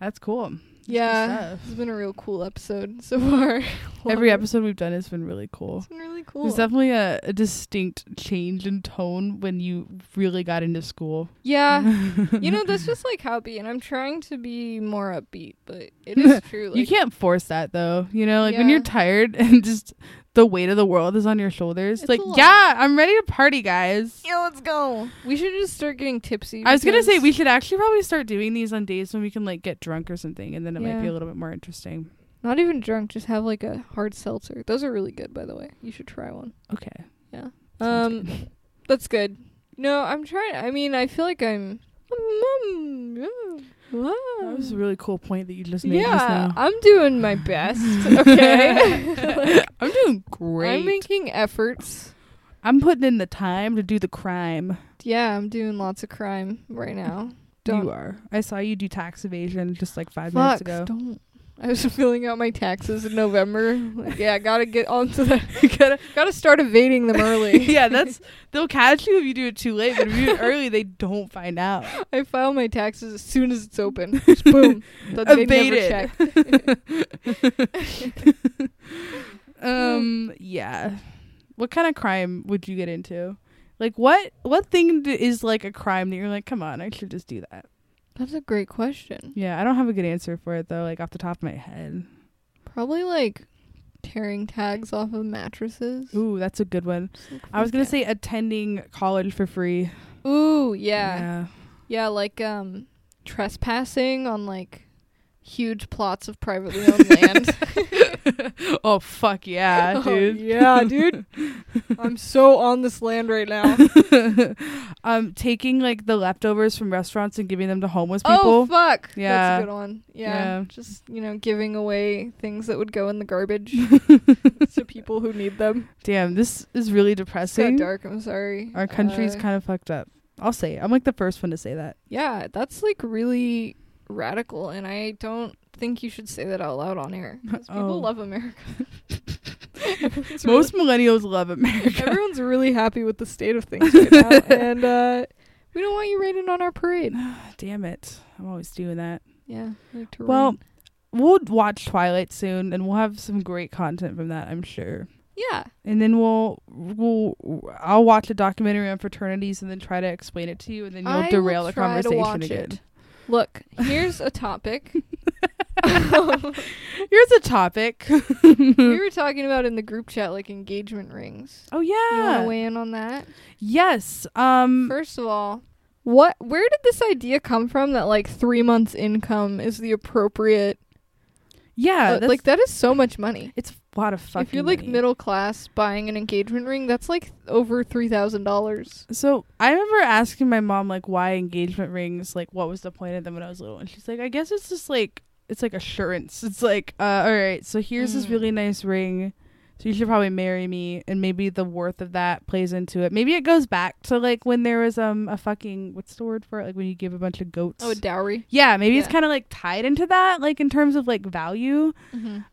[SPEAKER 1] That's cool. That's good
[SPEAKER 2] yeah,
[SPEAKER 1] stuff.
[SPEAKER 2] it's been a real cool episode so far.
[SPEAKER 1] Every
[SPEAKER 2] Love it.
[SPEAKER 1] episode we've done has been really cool.
[SPEAKER 2] It's been really cool.
[SPEAKER 1] There's definitely a, a distinct change in tone when you really got into school.
[SPEAKER 2] yeah, you know that's just like how it be, and I'm trying to be more upbeat, but it is true. Like,
[SPEAKER 1] you can't force that though. You know, like when
[SPEAKER 2] Yeah.
[SPEAKER 1] you're tired and just the weight of the world is on your shoulders.
[SPEAKER 2] It's
[SPEAKER 1] like,
[SPEAKER 2] a lot.
[SPEAKER 1] yeah, I'm ready to party, guys.
[SPEAKER 2] Yeah, let's go. oh, We should just start getting tipsy.
[SPEAKER 1] I was gonna say
[SPEAKER 2] because-
[SPEAKER 1] we should actually probably start doing these on days when we can like get drunk or something, and then it might be
[SPEAKER 2] Yeah.
[SPEAKER 1] a little bit more interesting.
[SPEAKER 2] not even drunk. Just have like a hard seltzer. Those are really good, by the way. You should try one.
[SPEAKER 1] Okay. Sounds
[SPEAKER 2] Um, that's good. No, I'm trying. I mean, I feel like I'm. mm,
[SPEAKER 1] That was a really cool point that you just made just
[SPEAKER 2] hmm. Yeah,
[SPEAKER 1] now.
[SPEAKER 2] I'm doing my best. Okay,
[SPEAKER 1] I'm doing great.
[SPEAKER 2] I'm making efforts.
[SPEAKER 1] I'm putting in the time to do the crime.
[SPEAKER 2] Yeah, I'm doing lots of crime right now.
[SPEAKER 1] you
[SPEAKER 2] Don't
[SPEAKER 1] are. I saw you do tax evasion just like five minutes
[SPEAKER 2] fuck.
[SPEAKER 1] ago.
[SPEAKER 2] Don't. I was filling out my taxes in November. Like, yeah, gotta get onto that. gotta gotta start evading them early.
[SPEAKER 1] yeah, that's they'll catch you if you do it too late, but if you do it early, they don't find out.
[SPEAKER 2] I file my taxes as soon as it's open. Just boom. That they never
[SPEAKER 1] Evaded.
[SPEAKER 2] check.
[SPEAKER 1] Um, yeah. What kind of crime would you get into? Like what what thing d- is like a crime that you're like, come on, I should just do that.
[SPEAKER 2] That's a great question.
[SPEAKER 1] Yeah, I don't have a good answer for it though, like off the top of my head.
[SPEAKER 2] Probably like tearing tags off of mattresses.
[SPEAKER 1] Ooh, that's a good one.
[SPEAKER 2] Just, like,
[SPEAKER 1] I was gonna
[SPEAKER 2] freak
[SPEAKER 1] say attending college for free.
[SPEAKER 2] out. Ooh, yeah. yeah. like um trespassing on like huge plots of privately owned land.
[SPEAKER 1] Yeah. Oh fuck yeah,
[SPEAKER 2] Oh,
[SPEAKER 1] dude.
[SPEAKER 2] yeah, dude. I'm so on this land right now.
[SPEAKER 1] um, taking like the leftovers from restaurants and giving them to homeless
[SPEAKER 2] Oh
[SPEAKER 1] people.
[SPEAKER 2] fuck.
[SPEAKER 1] Yeah.
[SPEAKER 2] That's a good one. Yeah.
[SPEAKER 1] Yeah.
[SPEAKER 2] Just, you know, giving away things that would go in the garbage to people who need them.
[SPEAKER 1] Damn, this is really
[SPEAKER 2] It's got
[SPEAKER 1] depressing.
[SPEAKER 2] dark, I'm sorry.
[SPEAKER 1] Our country's
[SPEAKER 2] Uh,
[SPEAKER 1] kind of fucked up. I'll say it. I'm like the first one to say that.
[SPEAKER 2] Yeah, that's like really radical and I don't think you should say that out loud on air. 'cause people
[SPEAKER 1] Oh.
[SPEAKER 2] love America. Everyone's
[SPEAKER 1] Most millennials love America.
[SPEAKER 2] really, everyone's really happy with the state of things right now. And uh We don't want you rated on our parade.
[SPEAKER 1] Damn it. I'm always doing that.
[SPEAKER 2] Yeah. like to
[SPEAKER 1] Well,
[SPEAKER 2] rain.
[SPEAKER 1] we'll watch Twilight soon and we'll have some great content from that, I'm sure.
[SPEAKER 2] yeah.
[SPEAKER 1] And then we'll we'll I'll watch a documentary on fraternities and then try to explain it to you and then you'll
[SPEAKER 2] I will
[SPEAKER 1] derail the
[SPEAKER 2] try to
[SPEAKER 1] conversation
[SPEAKER 2] watch
[SPEAKER 1] again.
[SPEAKER 2] it. Look, here's a topic
[SPEAKER 1] Here's a topic.
[SPEAKER 2] we were talking about in the group chat, like engagement rings.
[SPEAKER 1] Oh
[SPEAKER 2] You want to
[SPEAKER 1] yeah.
[SPEAKER 2] weigh in on that?
[SPEAKER 1] Yes. Um
[SPEAKER 2] First of all, what? Where did this idea come from that like three months' income is the appropriate?
[SPEAKER 1] yeah,
[SPEAKER 2] Uh,
[SPEAKER 1] that's,
[SPEAKER 2] like that is so much money.
[SPEAKER 1] it's a lot of fucking
[SPEAKER 2] If you're like
[SPEAKER 1] money.
[SPEAKER 2] middle class buying an engagement ring, that's like over three thousand dollars.
[SPEAKER 1] So I remember asking my mom like why engagement rings, like what was the point of them when I was little, and she's like, I guess it's just like it's like assurance. It's like, uh, all right, so here's this
[SPEAKER 2] Mm.
[SPEAKER 1] really nice ring, so you should probably marry me, and maybe the worth of that plays into it. Maybe it goes back to like when there was um a fucking what's the word for it, like when you give a bunch of goats.
[SPEAKER 2] Oh, a dowry.
[SPEAKER 1] yeah, maybe it's
[SPEAKER 2] yeah.
[SPEAKER 1] kind of like tied into that, like in terms of like value.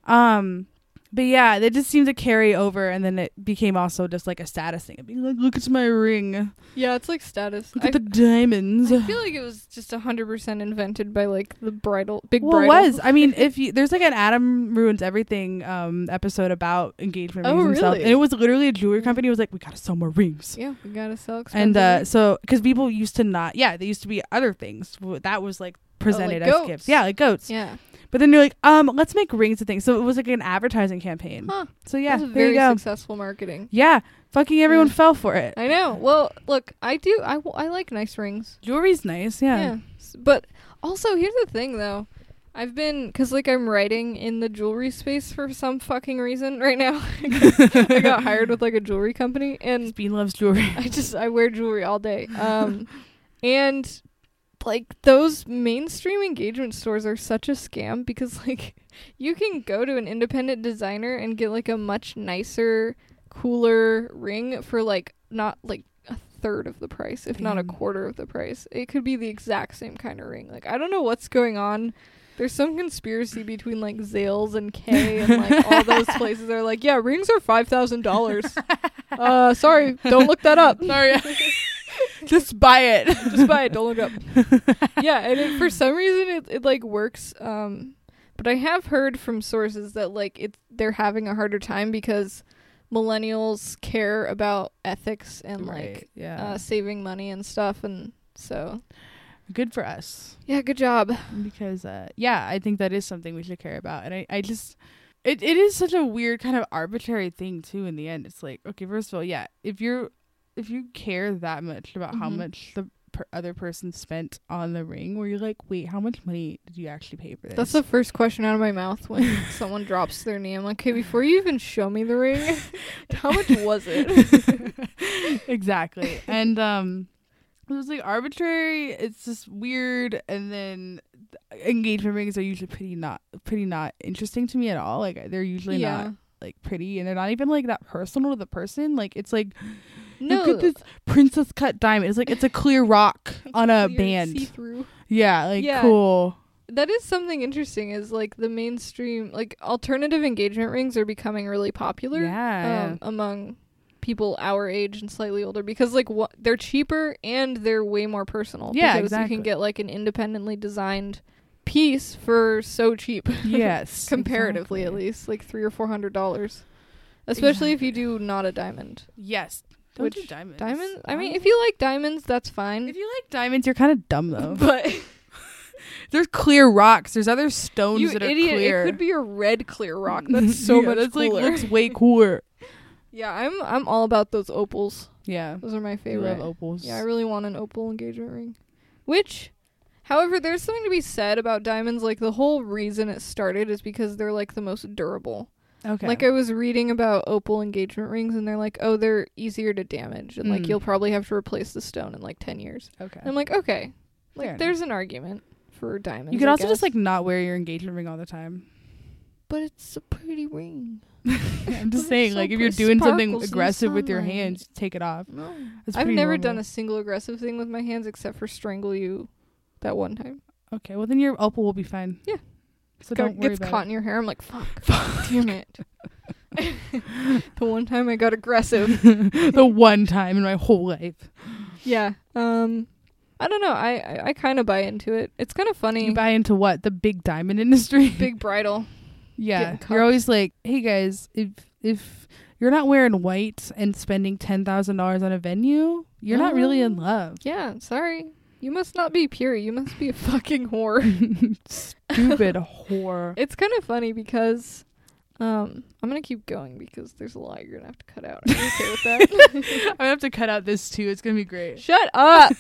[SPEAKER 1] Um, but yeah, it just seemed to carry over, and then it became also just like a status thing. It'd be like, look at my ring.
[SPEAKER 2] Yeah, it's like status.
[SPEAKER 1] Look
[SPEAKER 2] I,
[SPEAKER 1] at the diamonds.
[SPEAKER 2] I feel like it was just hundred percent invented by like the bridal big
[SPEAKER 1] well, it
[SPEAKER 2] bridal.
[SPEAKER 1] was. I mean, if you there's like an Adam ruins everything um episode about engagement
[SPEAKER 2] Oh,
[SPEAKER 1] rings themselves,
[SPEAKER 2] really? Mm.
[SPEAKER 1] and it was literally a jewelry company was like, we gotta sell more rings.
[SPEAKER 2] Yeah, we gotta sell expensive.
[SPEAKER 1] And uh,
[SPEAKER 2] rings.
[SPEAKER 1] so, because people used to not, yeah, they used to be other things W- that was like presented as
[SPEAKER 2] Oh, goats.
[SPEAKER 1] gifts, yeah, like goats.
[SPEAKER 2] yeah,
[SPEAKER 1] But then you're like, um, let's make rings a thing. So it was like an advertising campaign.
[SPEAKER 2] Huh.
[SPEAKER 1] So yeah,
[SPEAKER 2] that's
[SPEAKER 1] there
[SPEAKER 2] very
[SPEAKER 1] you go.
[SPEAKER 2] successful marketing.
[SPEAKER 1] Yeah, fucking everyone
[SPEAKER 2] Yeah.
[SPEAKER 1] fell for it.
[SPEAKER 2] I know. Well, look, I do. I, w- I like nice rings.
[SPEAKER 1] Jewelry's nice, yeah.
[SPEAKER 2] S- But also, here's the thing, though. I've been, because, like, I'm writing in the jewelry space for some fucking reason right now. I got hired with, like, a jewelry company, and
[SPEAKER 1] Bean loves jewelry.
[SPEAKER 2] I just, I wear jewelry all day. Um, and, like, those mainstream engagement stores are such a scam because, like, you can go to an independent designer and get, like, a much nicer, cooler ring for, like, not, like, a third of the price, if not a
[SPEAKER 1] Damn.
[SPEAKER 2] quarter of the price. It could be the exact same kind of ring. Like I don't know what's going on. There's some conspiracy between like Zales and K and like all those places are like, yeah, rings are five thousand dollars. Uh, sorry, don't look that up.
[SPEAKER 1] Sorry. Just buy it.
[SPEAKER 2] Just buy it. Don't look up. yeah, and it, for some reason it it like works. Um, but I have heard from sources that like it they're having a harder time because millennials care about ethics and like
[SPEAKER 1] Right, yeah.
[SPEAKER 2] uh, saving money and stuff and so
[SPEAKER 1] Good for us.
[SPEAKER 2] yeah good job
[SPEAKER 1] because uh, yeah i think that is something we should care about and i, I just it, it is such a weird kind of arbitrary thing too in the end it's like okay first of all yeah if you're if you care that much about how
[SPEAKER 2] Mhm.
[SPEAKER 1] much the per- other person spent on the ring where you're like wait how much money did you actually pay for this
[SPEAKER 2] that's the first question out of my mouth when someone drops their name like okay before you even show me the ring how much was it
[SPEAKER 1] exactly and um it was like arbitrary it's just weird and then engagement rings are usually pretty not pretty not interesting to me at all like they're usually not like pretty and they're not even like that personal to the person like it's like
[SPEAKER 2] no
[SPEAKER 1] look at this princess cut diamond it's like it's a clear rock on a
[SPEAKER 2] clear,
[SPEAKER 1] band
[SPEAKER 2] see-through
[SPEAKER 1] yeah like
[SPEAKER 2] Yeah.
[SPEAKER 1] cool
[SPEAKER 2] that is something interesting is like the mainstream like alternative engagement rings are becoming really popular
[SPEAKER 1] yeah
[SPEAKER 2] um, among people our age and slightly older because like what they're cheaper and they're way more personal
[SPEAKER 1] Yeah,
[SPEAKER 2] because you
[SPEAKER 1] exactly.
[SPEAKER 2] can get like an independently designed piece for so cheap
[SPEAKER 1] yes
[SPEAKER 2] comparatively at
[SPEAKER 1] exactly.
[SPEAKER 2] least like three or four hundred dollars especially if you
[SPEAKER 1] Exactly.
[SPEAKER 2] do not a diamond
[SPEAKER 1] yes don't
[SPEAKER 2] Which
[SPEAKER 1] do diamonds
[SPEAKER 2] diamond i mean if you like diamonds that's fine
[SPEAKER 1] if you like diamonds you're kind of dumb though
[SPEAKER 2] but
[SPEAKER 1] there's clear rocks there's other stones
[SPEAKER 2] you
[SPEAKER 1] that
[SPEAKER 2] idiot
[SPEAKER 1] are clear
[SPEAKER 2] it could be a red clear rock that's so
[SPEAKER 1] Yeah,
[SPEAKER 2] much
[SPEAKER 1] that's like
[SPEAKER 2] cooler
[SPEAKER 1] looks way cooler
[SPEAKER 2] yeah i'm i'm all about those opals
[SPEAKER 1] yeah
[SPEAKER 2] those are my
[SPEAKER 1] they
[SPEAKER 2] favorite
[SPEAKER 1] love opals
[SPEAKER 2] Yeah, I really want an opal engagement ring. Which, however, there's something to be said about diamonds. Like, the whole reason it started is because they're like the most durable.
[SPEAKER 1] okay
[SPEAKER 2] Like, uh, I was reading about opal engagement rings, and they're like, oh, they're easier to damage. And like,
[SPEAKER 1] Mm.
[SPEAKER 2] you'll probably have to replace the stone in like 10 years.
[SPEAKER 1] okay
[SPEAKER 2] And I'm like, okay. um, Like,
[SPEAKER 1] Fair
[SPEAKER 2] there's an argument for diamonds.
[SPEAKER 1] you could
[SPEAKER 2] I
[SPEAKER 1] also just
[SPEAKER 2] guess.
[SPEAKER 1] like not wear your engagement ring all the time
[SPEAKER 2] But it's a pretty ring.
[SPEAKER 1] I'm
[SPEAKER 2] But
[SPEAKER 1] just
[SPEAKER 2] it
[SPEAKER 1] saying,
[SPEAKER 2] so
[SPEAKER 1] like, if
[SPEAKER 2] pretty
[SPEAKER 1] you're doing something
[SPEAKER 2] sparkles in the
[SPEAKER 1] aggressive with your
[SPEAKER 2] sunlight.
[SPEAKER 1] hands, take it off.
[SPEAKER 2] No.
[SPEAKER 1] It's
[SPEAKER 2] I've
[SPEAKER 1] pretty
[SPEAKER 2] never
[SPEAKER 1] normal.
[SPEAKER 2] done a single aggressive thing with my hands except for strangle you that one time.
[SPEAKER 1] Okay, well then your opal will be fine.
[SPEAKER 2] Yeah.
[SPEAKER 1] So
[SPEAKER 2] got-
[SPEAKER 1] don't worry
[SPEAKER 2] gets
[SPEAKER 1] about
[SPEAKER 2] caught
[SPEAKER 1] it.
[SPEAKER 2] in your hair. I'm like, fuck, damn it. the one time I got aggressive.
[SPEAKER 1] the one time in my whole life.
[SPEAKER 2] Yeah. Um. I don't know. I I, I kind of buy into it. It's kind of funny.
[SPEAKER 1] You buy into what? The big diamond industry?
[SPEAKER 2] Big bridal.
[SPEAKER 1] yeah.
[SPEAKER 2] getting
[SPEAKER 1] You're always like, hey guys, if if you're not wearing white and spending ten thousand dollars on a venue, you're not really in
[SPEAKER 2] Um,
[SPEAKER 1] love.
[SPEAKER 2] Yeah. Sorry. You must not be pure. You must be a fucking whore.
[SPEAKER 1] Stupid whore.
[SPEAKER 2] It's kind of funny because um I'm gonna keep going because there's a lot you're gonna have to cut out. Are you okay with that?
[SPEAKER 1] I'm gonna have to cut out this too. It's gonna be great.
[SPEAKER 2] Shut up.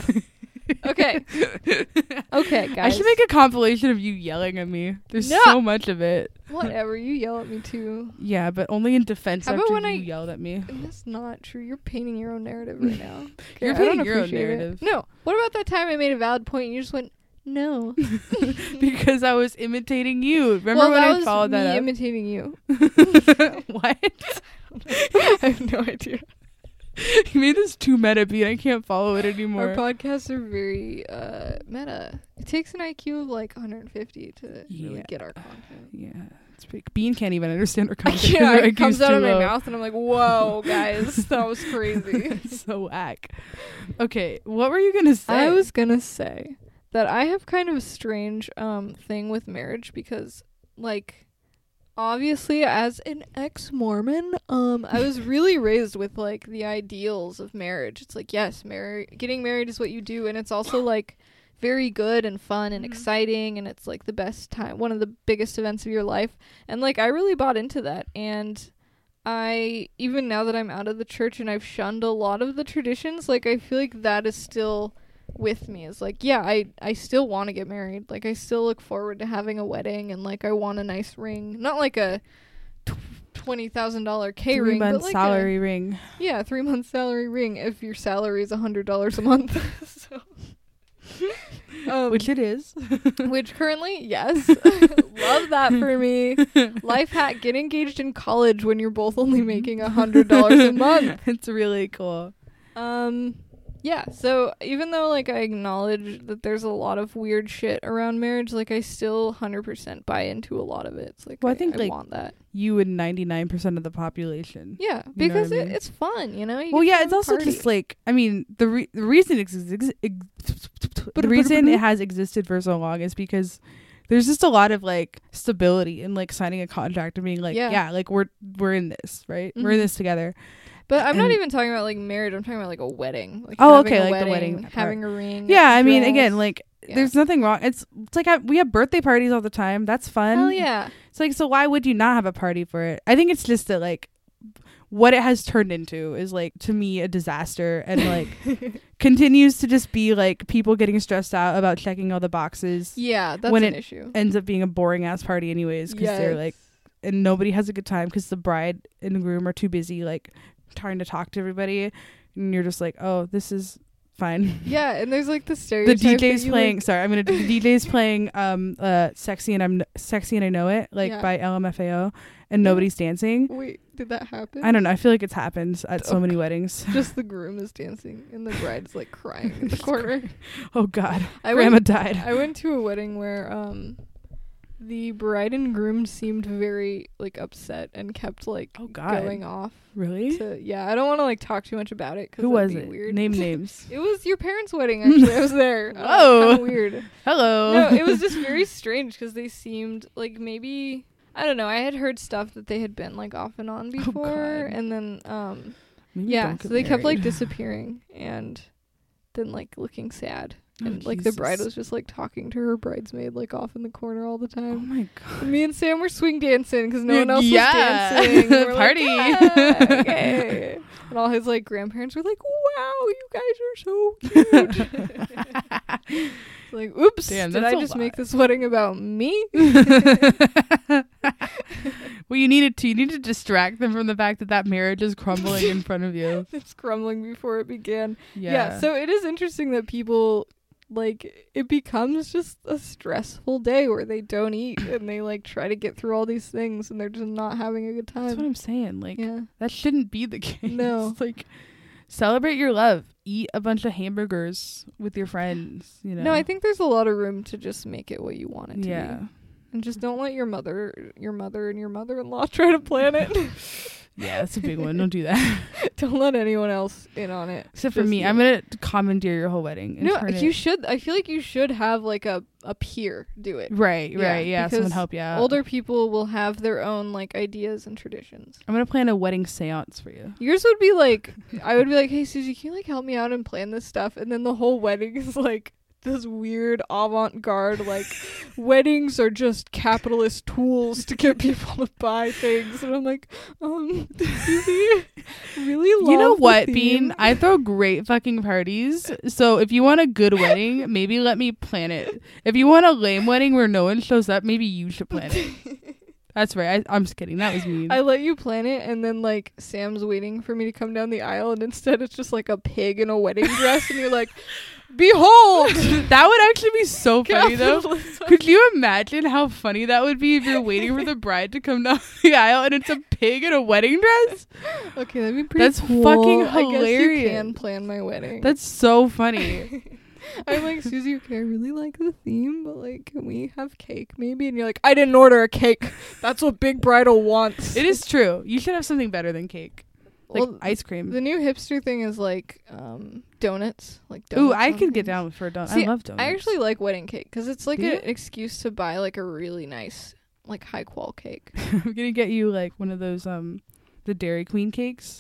[SPEAKER 2] okay. Okay, guys.
[SPEAKER 1] I should make a compilation of you yelling at me. There's
[SPEAKER 2] No.
[SPEAKER 1] so much of it.
[SPEAKER 2] whatever. You yell at me too.
[SPEAKER 1] Yeah, but only in defense
[SPEAKER 2] How about
[SPEAKER 1] after
[SPEAKER 2] when
[SPEAKER 1] you
[SPEAKER 2] I-
[SPEAKER 1] yelled at me.
[SPEAKER 2] And that's not true. You're painting your own narrative right now. Okay,
[SPEAKER 1] You're
[SPEAKER 2] I don't
[SPEAKER 1] painting your own
[SPEAKER 2] appreciate it.
[SPEAKER 1] narrative.
[SPEAKER 2] No. What about that time I made a valid point and you just went no?
[SPEAKER 1] because I was imitating you. Remember
[SPEAKER 2] well,
[SPEAKER 1] when
[SPEAKER 2] that
[SPEAKER 1] I
[SPEAKER 2] was
[SPEAKER 1] followed
[SPEAKER 2] me
[SPEAKER 1] that up?
[SPEAKER 2] imitating you.
[SPEAKER 1] what?
[SPEAKER 2] I have no idea.
[SPEAKER 1] You made this too meta beat. I can't follow it
[SPEAKER 2] Our
[SPEAKER 1] anymore.
[SPEAKER 2] podcasts are very uh, meta. It takes an IQ of like 150 to
[SPEAKER 1] Yeah.
[SPEAKER 2] really get our content.
[SPEAKER 1] yeah, it's pretty. Bean can't even understand her content. 'cause
[SPEAKER 2] Yeah,
[SPEAKER 1] her
[SPEAKER 2] it
[SPEAKER 1] IQ
[SPEAKER 2] comes
[SPEAKER 1] is
[SPEAKER 2] out
[SPEAKER 1] too
[SPEAKER 2] of my
[SPEAKER 1] low.
[SPEAKER 2] mouth, and I'm like, "Whoa, guys, that was crazy."
[SPEAKER 1] so whack. Okay, what were you gonna say?
[SPEAKER 2] I was gonna say that I have kind of a strange um thing with marriage because like obviously as an ex-Mormon, um I was really raised with like the ideals of marriage. It's like yes, marry getting married is what you do and it's also like very good and fun and
[SPEAKER 1] Mhm.
[SPEAKER 2] exciting and it's like the best time, one of the biggest events of your life. And like I really bought into that and I even now that I'm out of the church and I've shunned a lot of the traditions, like I feel like that is still with me. Is like, yeah, I I still want to get married. Like I still look forward to having a wedding and like I want a nice ring, not like a tw- twenty thousand dollar K
[SPEAKER 1] three
[SPEAKER 2] ring, but
[SPEAKER 1] months
[SPEAKER 2] like
[SPEAKER 1] salary ring.
[SPEAKER 2] A, yeah, three month salary ring if your salary is a hundred dollars a month. so, um,
[SPEAKER 1] Which it is.
[SPEAKER 2] which currently, yes, love that for me. Life hack: get engaged in college when you're both only making a hundred dollars a month.
[SPEAKER 1] It's really cool.
[SPEAKER 2] Um, yeah. So even though like I acknowledge that there's a lot of weird shit around marriage, like I still hundred percent buy into a lot of it. It's like
[SPEAKER 1] Well, I
[SPEAKER 2] I
[SPEAKER 1] think,
[SPEAKER 2] I
[SPEAKER 1] like-
[SPEAKER 2] want that.
[SPEAKER 1] You and ninety nine percent of the population.
[SPEAKER 2] Yeah,
[SPEAKER 1] what I
[SPEAKER 2] because
[SPEAKER 1] mean?
[SPEAKER 2] it, it's fun, you know. You
[SPEAKER 1] well,
[SPEAKER 2] get to
[SPEAKER 1] yeah,
[SPEAKER 2] have
[SPEAKER 1] it's
[SPEAKER 2] a
[SPEAKER 1] also
[SPEAKER 2] party.
[SPEAKER 1] just like I mean the re- the reason it's ex- ex- the reason it has existed for so long is because there's just a lot of like stability in like signing a contract and being like yeah,
[SPEAKER 2] Yeah.
[SPEAKER 1] like we're we're in this right we're in
[SPEAKER 2] Mhm.
[SPEAKER 1] this together
[SPEAKER 2] But I'm not
[SPEAKER 1] and-
[SPEAKER 2] even talking about like marriage. I'm talking about like a wedding. Like
[SPEAKER 1] Oh,
[SPEAKER 2] having
[SPEAKER 1] okay,
[SPEAKER 2] a
[SPEAKER 1] like the
[SPEAKER 2] wedding,
[SPEAKER 1] wedding part.
[SPEAKER 2] having a ring.
[SPEAKER 1] yeah
[SPEAKER 2] a
[SPEAKER 1] I mean
[SPEAKER 2] dress.
[SPEAKER 1] again like
[SPEAKER 2] Yeah.
[SPEAKER 1] there's nothing wrong it's it's like I, we have birthday parties all the time that's fun
[SPEAKER 2] Hell yeah!
[SPEAKER 1] it's like so why would you not have a party for it I think it's just that like what it has turned into is like to me a disaster and like continues to just be like people getting stressed out about checking all the boxes
[SPEAKER 2] Yeah, that's
[SPEAKER 1] When
[SPEAKER 2] an
[SPEAKER 1] it-
[SPEAKER 2] issue.
[SPEAKER 1] ends up being a boring ass party anyways because they're
[SPEAKER 2] Yes.
[SPEAKER 1] like and nobody has a good time because the bride and the groom are too busy like trying to talk to everybody and you're just like oh this is fine
[SPEAKER 2] Yeah, and there's like the
[SPEAKER 1] the
[SPEAKER 2] stereotype. that
[SPEAKER 1] dj's
[SPEAKER 2] you,
[SPEAKER 1] playing
[SPEAKER 2] like-
[SPEAKER 1] sorry i'm gonna the dj's playing um uh sexy and i'm sexy and i know it like
[SPEAKER 2] Yeah.
[SPEAKER 1] by lmfao and nobody's dancing
[SPEAKER 2] Wait, did that happen?
[SPEAKER 1] i don't know i feel like it's happened at so
[SPEAKER 2] Oh,
[SPEAKER 1] many weddings
[SPEAKER 2] Just the groom is dancing and the bride's like crying in the corner.
[SPEAKER 1] oh god
[SPEAKER 2] I
[SPEAKER 1] grandma
[SPEAKER 2] went,
[SPEAKER 1] died
[SPEAKER 2] I went to a wedding where um the bride and groom seemed very like upset and kept like
[SPEAKER 1] Oh, God.
[SPEAKER 2] going off
[SPEAKER 1] really
[SPEAKER 2] to yeah, I don't want to like talk too much about it cuz
[SPEAKER 1] who was
[SPEAKER 2] be
[SPEAKER 1] it
[SPEAKER 2] weird.
[SPEAKER 1] name names
[SPEAKER 2] It was your parents' wedding actually. I was there.
[SPEAKER 1] Whoa.
[SPEAKER 2] kind weird.
[SPEAKER 1] hello
[SPEAKER 2] No, it was just very strange cuz they seemed like maybe I don't know. I had heard stuff that they had been like off and on before
[SPEAKER 1] Oh, God.
[SPEAKER 2] and then um
[SPEAKER 1] Maybe
[SPEAKER 2] yeah,
[SPEAKER 1] don't
[SPEAKER 2] so
[SPEAKER 1] get
[SPEAKER 2] they kept like
[SPEAKER 1] married.
[SPEAKER 2] disappearing and then like looking sad.
[SPEAKER 1] Oh,
[SPEAKER 2] And like the bride
[SPEAKER 1] Jesus.
[SPEAKER 2] was just like talking to her bridesmaid like off in the corner all the
[SPEAKER 1] oh
[SPEAKER 2] time.
[SPEAKER 1] my god
[SPEAKER 2] Me and Sam were swing dancing because no one else
[SPEAKER 1] Yeah.
[SPEAKER 2] was dancing. We were
[SPEAKER 1] Party.
[SPEAKER 2] Like, "Yeah, okay." And all his like grandparents were like, "Wow, you guys are so cute." It's like, oops,
[SPEAKER 1] Damn,
[SPEAKER 2] did
[SPEAKER 1] that's
[SPEAKER 2] I
[SPEAKER 1] a
[SPEAKER 2] just
[SPEAKER 1] lot.
[SPEAKER 2] make this wedding about me?
[SPEAKER 1] well, you needed to. You need to distract them from the fact that that marriage is crumbling in front of you.
[SPEAKER 2] it's crumbling before it began.
[SPEAKER 1] Yeah.
[SPEAKER 2] Yeah. so it is interesting that people like it becomes just a stressful day where they don't eat and they like try to get through all these things and they're just not having a good
[SPEAKER 1] that's what
[SPEAKER 2] time.
[SPEAKER 1] I'm saying. Like
[SPEAKER 2] um, Yeah.
[SPEAKER 1] that shouldn't be the case.
[SPEAKER 2] No.
[SPEAKER 1] Like celebrate your love. Eat a bunch of hamburgers with your friends. You know.
[SPEAKER 2] No, I think there's a lot of room to just make it what you want it to
[SPEAKER 1] Yeah.
[SPEAKER 2] be. And just don't let your mother your mother and your mother in law try to plan it.
[SPEAKER 1] Yeah, that's a big one. Don't do that.
[SPEAKER 2] Don't let anyone else in on it.
[SPEAKER 1] Except for
[SPEAKER 2] Just
[SPEAKER 1] me,
[SPEAKER 2] you.
[SPEAKER 1] I'm gonna commandeer your whole wedding. and
[SPEAKER 2] No,
[SPEAKER 1] turn it-
[SPEAKER 2] you should. I feel like you should have like a a peer do it.
[SPEAKER 1] right,
[SPEAKER 2] Yeah,
[SPEAKER 1] right, yeah. Someone
[SPEAKER 2] because
[SPEAKER 1] help you out.
[SPEAKER 2] Older people will have their own like ideas and traditions.
[SPEAKER 1] I'm gonna plan a wedding seance for you.
[SPEAKER 2] Yours would be like I would be like, "Hey Susie, can you like help me out and plan this stuff?" And then the whole wedding is like this weird avant-garde like weddings are just capitalist tools to get people to buy things. And I'm like, "Um, Susie, really love
[SPEAKER 1] you know
[SPEAKER 2] the
[SPEAKER 1] what,
[SPEAKER 2] theme.
[SPEAKER 1] Bean? I throw great fucking parties. So if you want a good wedding, maybe let me plan it. If you want a lame wedding where no one shows up, maybe you should plan it. That's right. I, I'm just kidding. That was mean.
[SPEAKER 2] I let you plan it, and then like Sam's waiting for me to come down the aisle, and instead it's just like a pig in a wedding dress, and you're like, "Behold,
[SPEAKER 1] that would actually be so funny though.
[SPEAKER 2] capitalism."
[SPEAKER 1] Could you imagine how funny that would be if you're waiting for the bride to come down the aisle and it's a pig in a wedding dress?
[SPEAKER 2] Okay, that'd be pretty.
[SPEAKER 1] That's
[SPEAKER 2] cool.
[SPEAKER 1] fucking
[SPEAKER 2] I guess you can
[SPEAKER 1] hilarious.
[SPEAKER 2] plan my wedding.
[SPEAKER 1] That's so funny.
[SPEAKER 2] I'm like Susie. Okay, I really like the theme, but like, can we have cake maybe? And you're like, I didn't order a cake. That's what Big Bridal wants.
[SPEAKER 1] It is true. You should have something better than cake, like
[SPEAKER 2] Well,
[SPEAKER 1] ice cream.
[SPEAKER 2] the new hipster thing is like um donuts, like donuts
[SPEAKER 1] Ooh, I
[SPEAKER 2] on
[SPEAKER 1] could get
[SPEAKER 2] things.
[SPEAKER 1] down for a donut.
[SPEAKER 2] See,
[SPEAKER 1] I love donuts.
[SPEAKER 2] I actually like wedding cake because it's like
[SPEAKER 1] Do
[SPEAKER 2] a-
[SPEAKER 1] you?
[SPEAKER 2] an excuse to buy like a really nice, like high qual cake.
[SPEAKER 1] I'm gonna get you like one of those um, the Dairy Queen cakes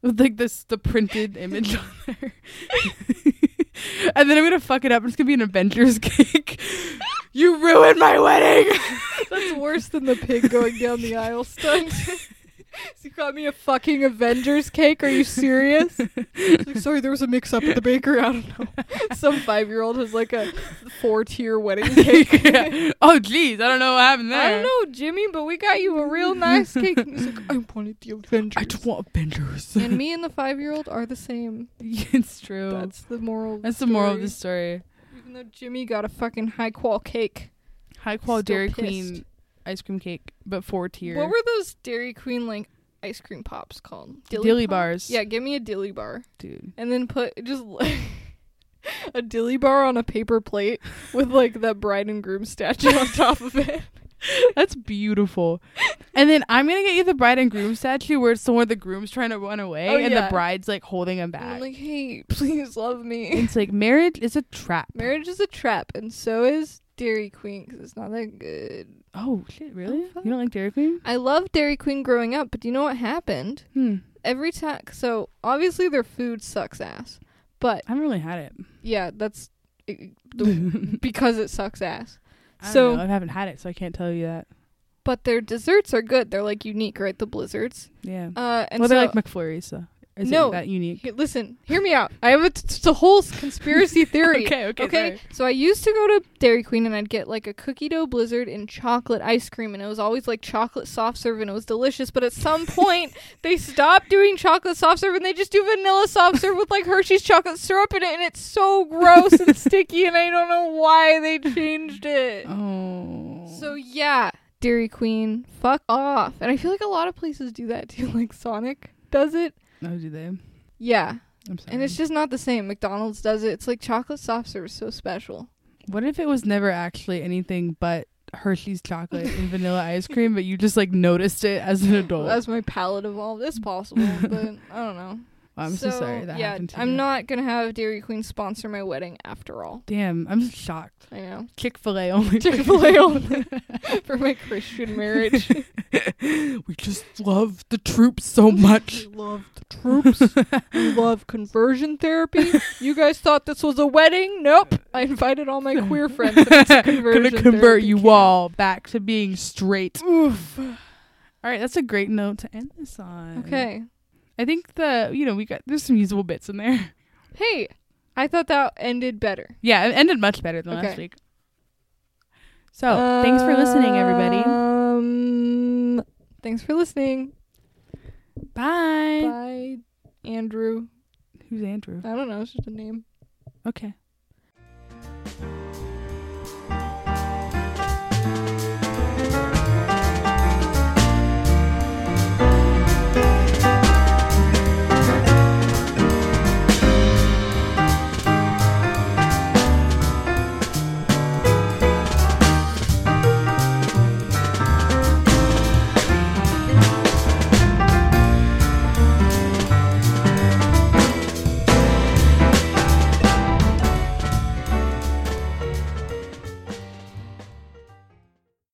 [SPEAKER 1] with like this the printed image on there, and then I'm gonna fuck it up. It's gonna be an Avengers cake. you ruined my wedding.
[SPEAKER 2] That's worse than the pig going down the aisle stunt. you got me a fucking Avengers cake? Are you serious? It's like, Sorry, there was a mix up at the bakery. I don't know. Some five year old has like a four tier wedding cake.
[SPEAKER 1] Yeah. Oh geez, I don't know what happened there.
[SPEAKER 2] I don't know, Jimmy, but we got you a real nice cake. And he's like, I wanted the Avengers.
[SPEAKER 1] I just want Avengers.
[SPEAKER 2] and me and the five year old are the same.
[SPEAKER 1] it's true. Oh. That's,
[SPEAKER 2] That's the moral. of
[SPEAKER 1] the moral of
[SPEAKER 2] story.
[SPEAKER 1] the story.
[SPEAKER 2] Even though Jimmy got a fucking high qual cake.
[SPEAKER 1] High quality
[SPEAKER 2] Still
[SPEAKER 1] Dairy
[SPEAKER 2] pissed.
[SPEAKER 1] Queen ice cream cake, but four tier.
[SPEAKER 2] What were those Dairy Queen like ice cream pops called?
[SPEAKER 1] Dilly
[SPEAKER 2] pop?
[SPEAKER 1] bars.
[SPEAKER 2] Yeah, give me a dilly bar,
[SPEAKER 1] dude.
[SPEAKER 2] and then put just a dilly bar on a paper plate with like the bride and groom statue on top of it.
[SPEAKER 1] That's beautiful. And then I'm gonna get you the bride and groom statue where it's the one where the groom's trying to run away
[SPEAKER 2] Oh,
[SPEAKER 1] and
[SPEAKER 2] yeah.
[SPEAKER 1] the bride's like holding him
[SPEAKER 2] And I'm
[SPEAKER 1] back.
[SPEAKER 2] like, hey, please love me.
[SPEAKER 1] it's like marriage is a trap.
[SPEAKER 2] Marriage is a trap, and so is Dairy Queen because it's not that good.
[SPEAKER 1] oh shit,
[SPEAKER 2] Oh,
[SPEAKER 1] really?
[SPEAKER 2] fuck.
[SPEAKER 1] you don't like Dairy Queen?
[SPEAKER 2] I loved Dairy Queen growing up, but do you know what happened?
[SPEAKER 1] Hmm.
[SPEAKER 2] Every time, so obviously their food sucks ass, but
[SPEAKER 1] I haven't really had it.
[SPEAKER 2] yeah, that's the
[SPEAKER 1] I
[SPEAKER 2] because it sucks ass.
[SPEAKER 1] don't
[SPEAKER 2] So-
[SPEAKER 1] know. I haven't had it, so I can't tell you that.
[SPEAKER 2] But their desserts are good. They're like unique, right? The blizzards.
[SPEAKER 1] Yeah.
[SPEAKER 2] Uh, and
[SPEAKER 1] well,
[SPEAKER 2] so
[SPEAKER 1] they're like McFlurries, so is
[SPEAKER 2] No.
[SPEAKER 1] it that unique?
[SPEAKER 2] Here, listen, hear me out. I have a, t- it's a whole s- conspiracy theory.
[SPEAKER 1] okay, okay,
[SPEAKER 2] okay?
[SPEAKER 1] sorry.
[SPEAKER 2] So I used to go to Dairy Queen and I'd get like a cookie dough blizzard and chocolate ice cream, and it was always like chocolate soft serve, and it was delicious. But at some point, they stopped doing chocolate soft serve and they just do vanilla soft serve with like Hershey's chocolate syrup in it, and it's so gross and sticky, and I don't know why they changed it.
[SPEAKER 1] Oh.
[SPEAKER 2] So yeah, Dairy Queen, fuck off. And I feel like a lot of places do that too, like Sonic does it.
[SPEAKER 1] oh, do they? I'm
[SPEAKER 2] Yeah.
[SPEAKER 1] sorry.
[SPEAKER 2] And it's just not the same. McDonald's does it. It's like chocolate soft serve is so special.
[SPEAKER 1] What if it was never actually anything but Hershey's chocolate and vanilla ice cream, but you just like noticed it as an adult?
[SPEAKER 2] As my palate evolved, it's possible, but I don't know.
[SPEAKER 1] I'm so, sorry that
[SPEAKER 2] yeah,
[SPEAKER 1] happened to
[SPEAKER 2] I'm
[SPEAKER 1] you.
[SPEAKER 2] not gonna have Dairy Queen sponsor my wedding after all.
[SPEAKER 1] Damn, I'm shocked.
[SPEAKER 2] I know
[SPEAKER 1] Chick Fil A only.
[SPEAKER 2] Chick Fil A only for my Christian marriage.
[SPEAKER 1] we just love the troops so much.
[SPEAKER 2] love the troops. we love conversion therapy. You guys thought this was a wedding? Nope. I invited all my queer friends. and it's
[SPEAKER 1] Gonna
[SPEAKER 2] a conversion
[SPEAKER 1] convert
[SPEAKER 2] therapy
[SPEAKER 1] you
[SPEAKER 2] camp.
[SPEAKER 1] all back to being straight. Oof. All right, that's a great note to end this on.
[SPEAKER 2] Okay.
[SPEAKER 1] I think the you know we got there's some usable bits in there.
[SPEAKER 2] Hey, I thought that ended better.
[SPEAKER 1] Yeah, it ended much better than
[SPEAKER 2] Okay.
[SPEAKER 1] last week. So Oh, thanks for listening, everybody.
[SPEAKER 2] Uh, Um, thanks for listening.
[SPEAKER 1] Bye.
[SPEAKER 2] Bye, Andrew.
[SPEAKER 1] Who's Andrew?
[SPEAKER 2] I don't know. It's just a name.
[SPEAKER 1] Okay.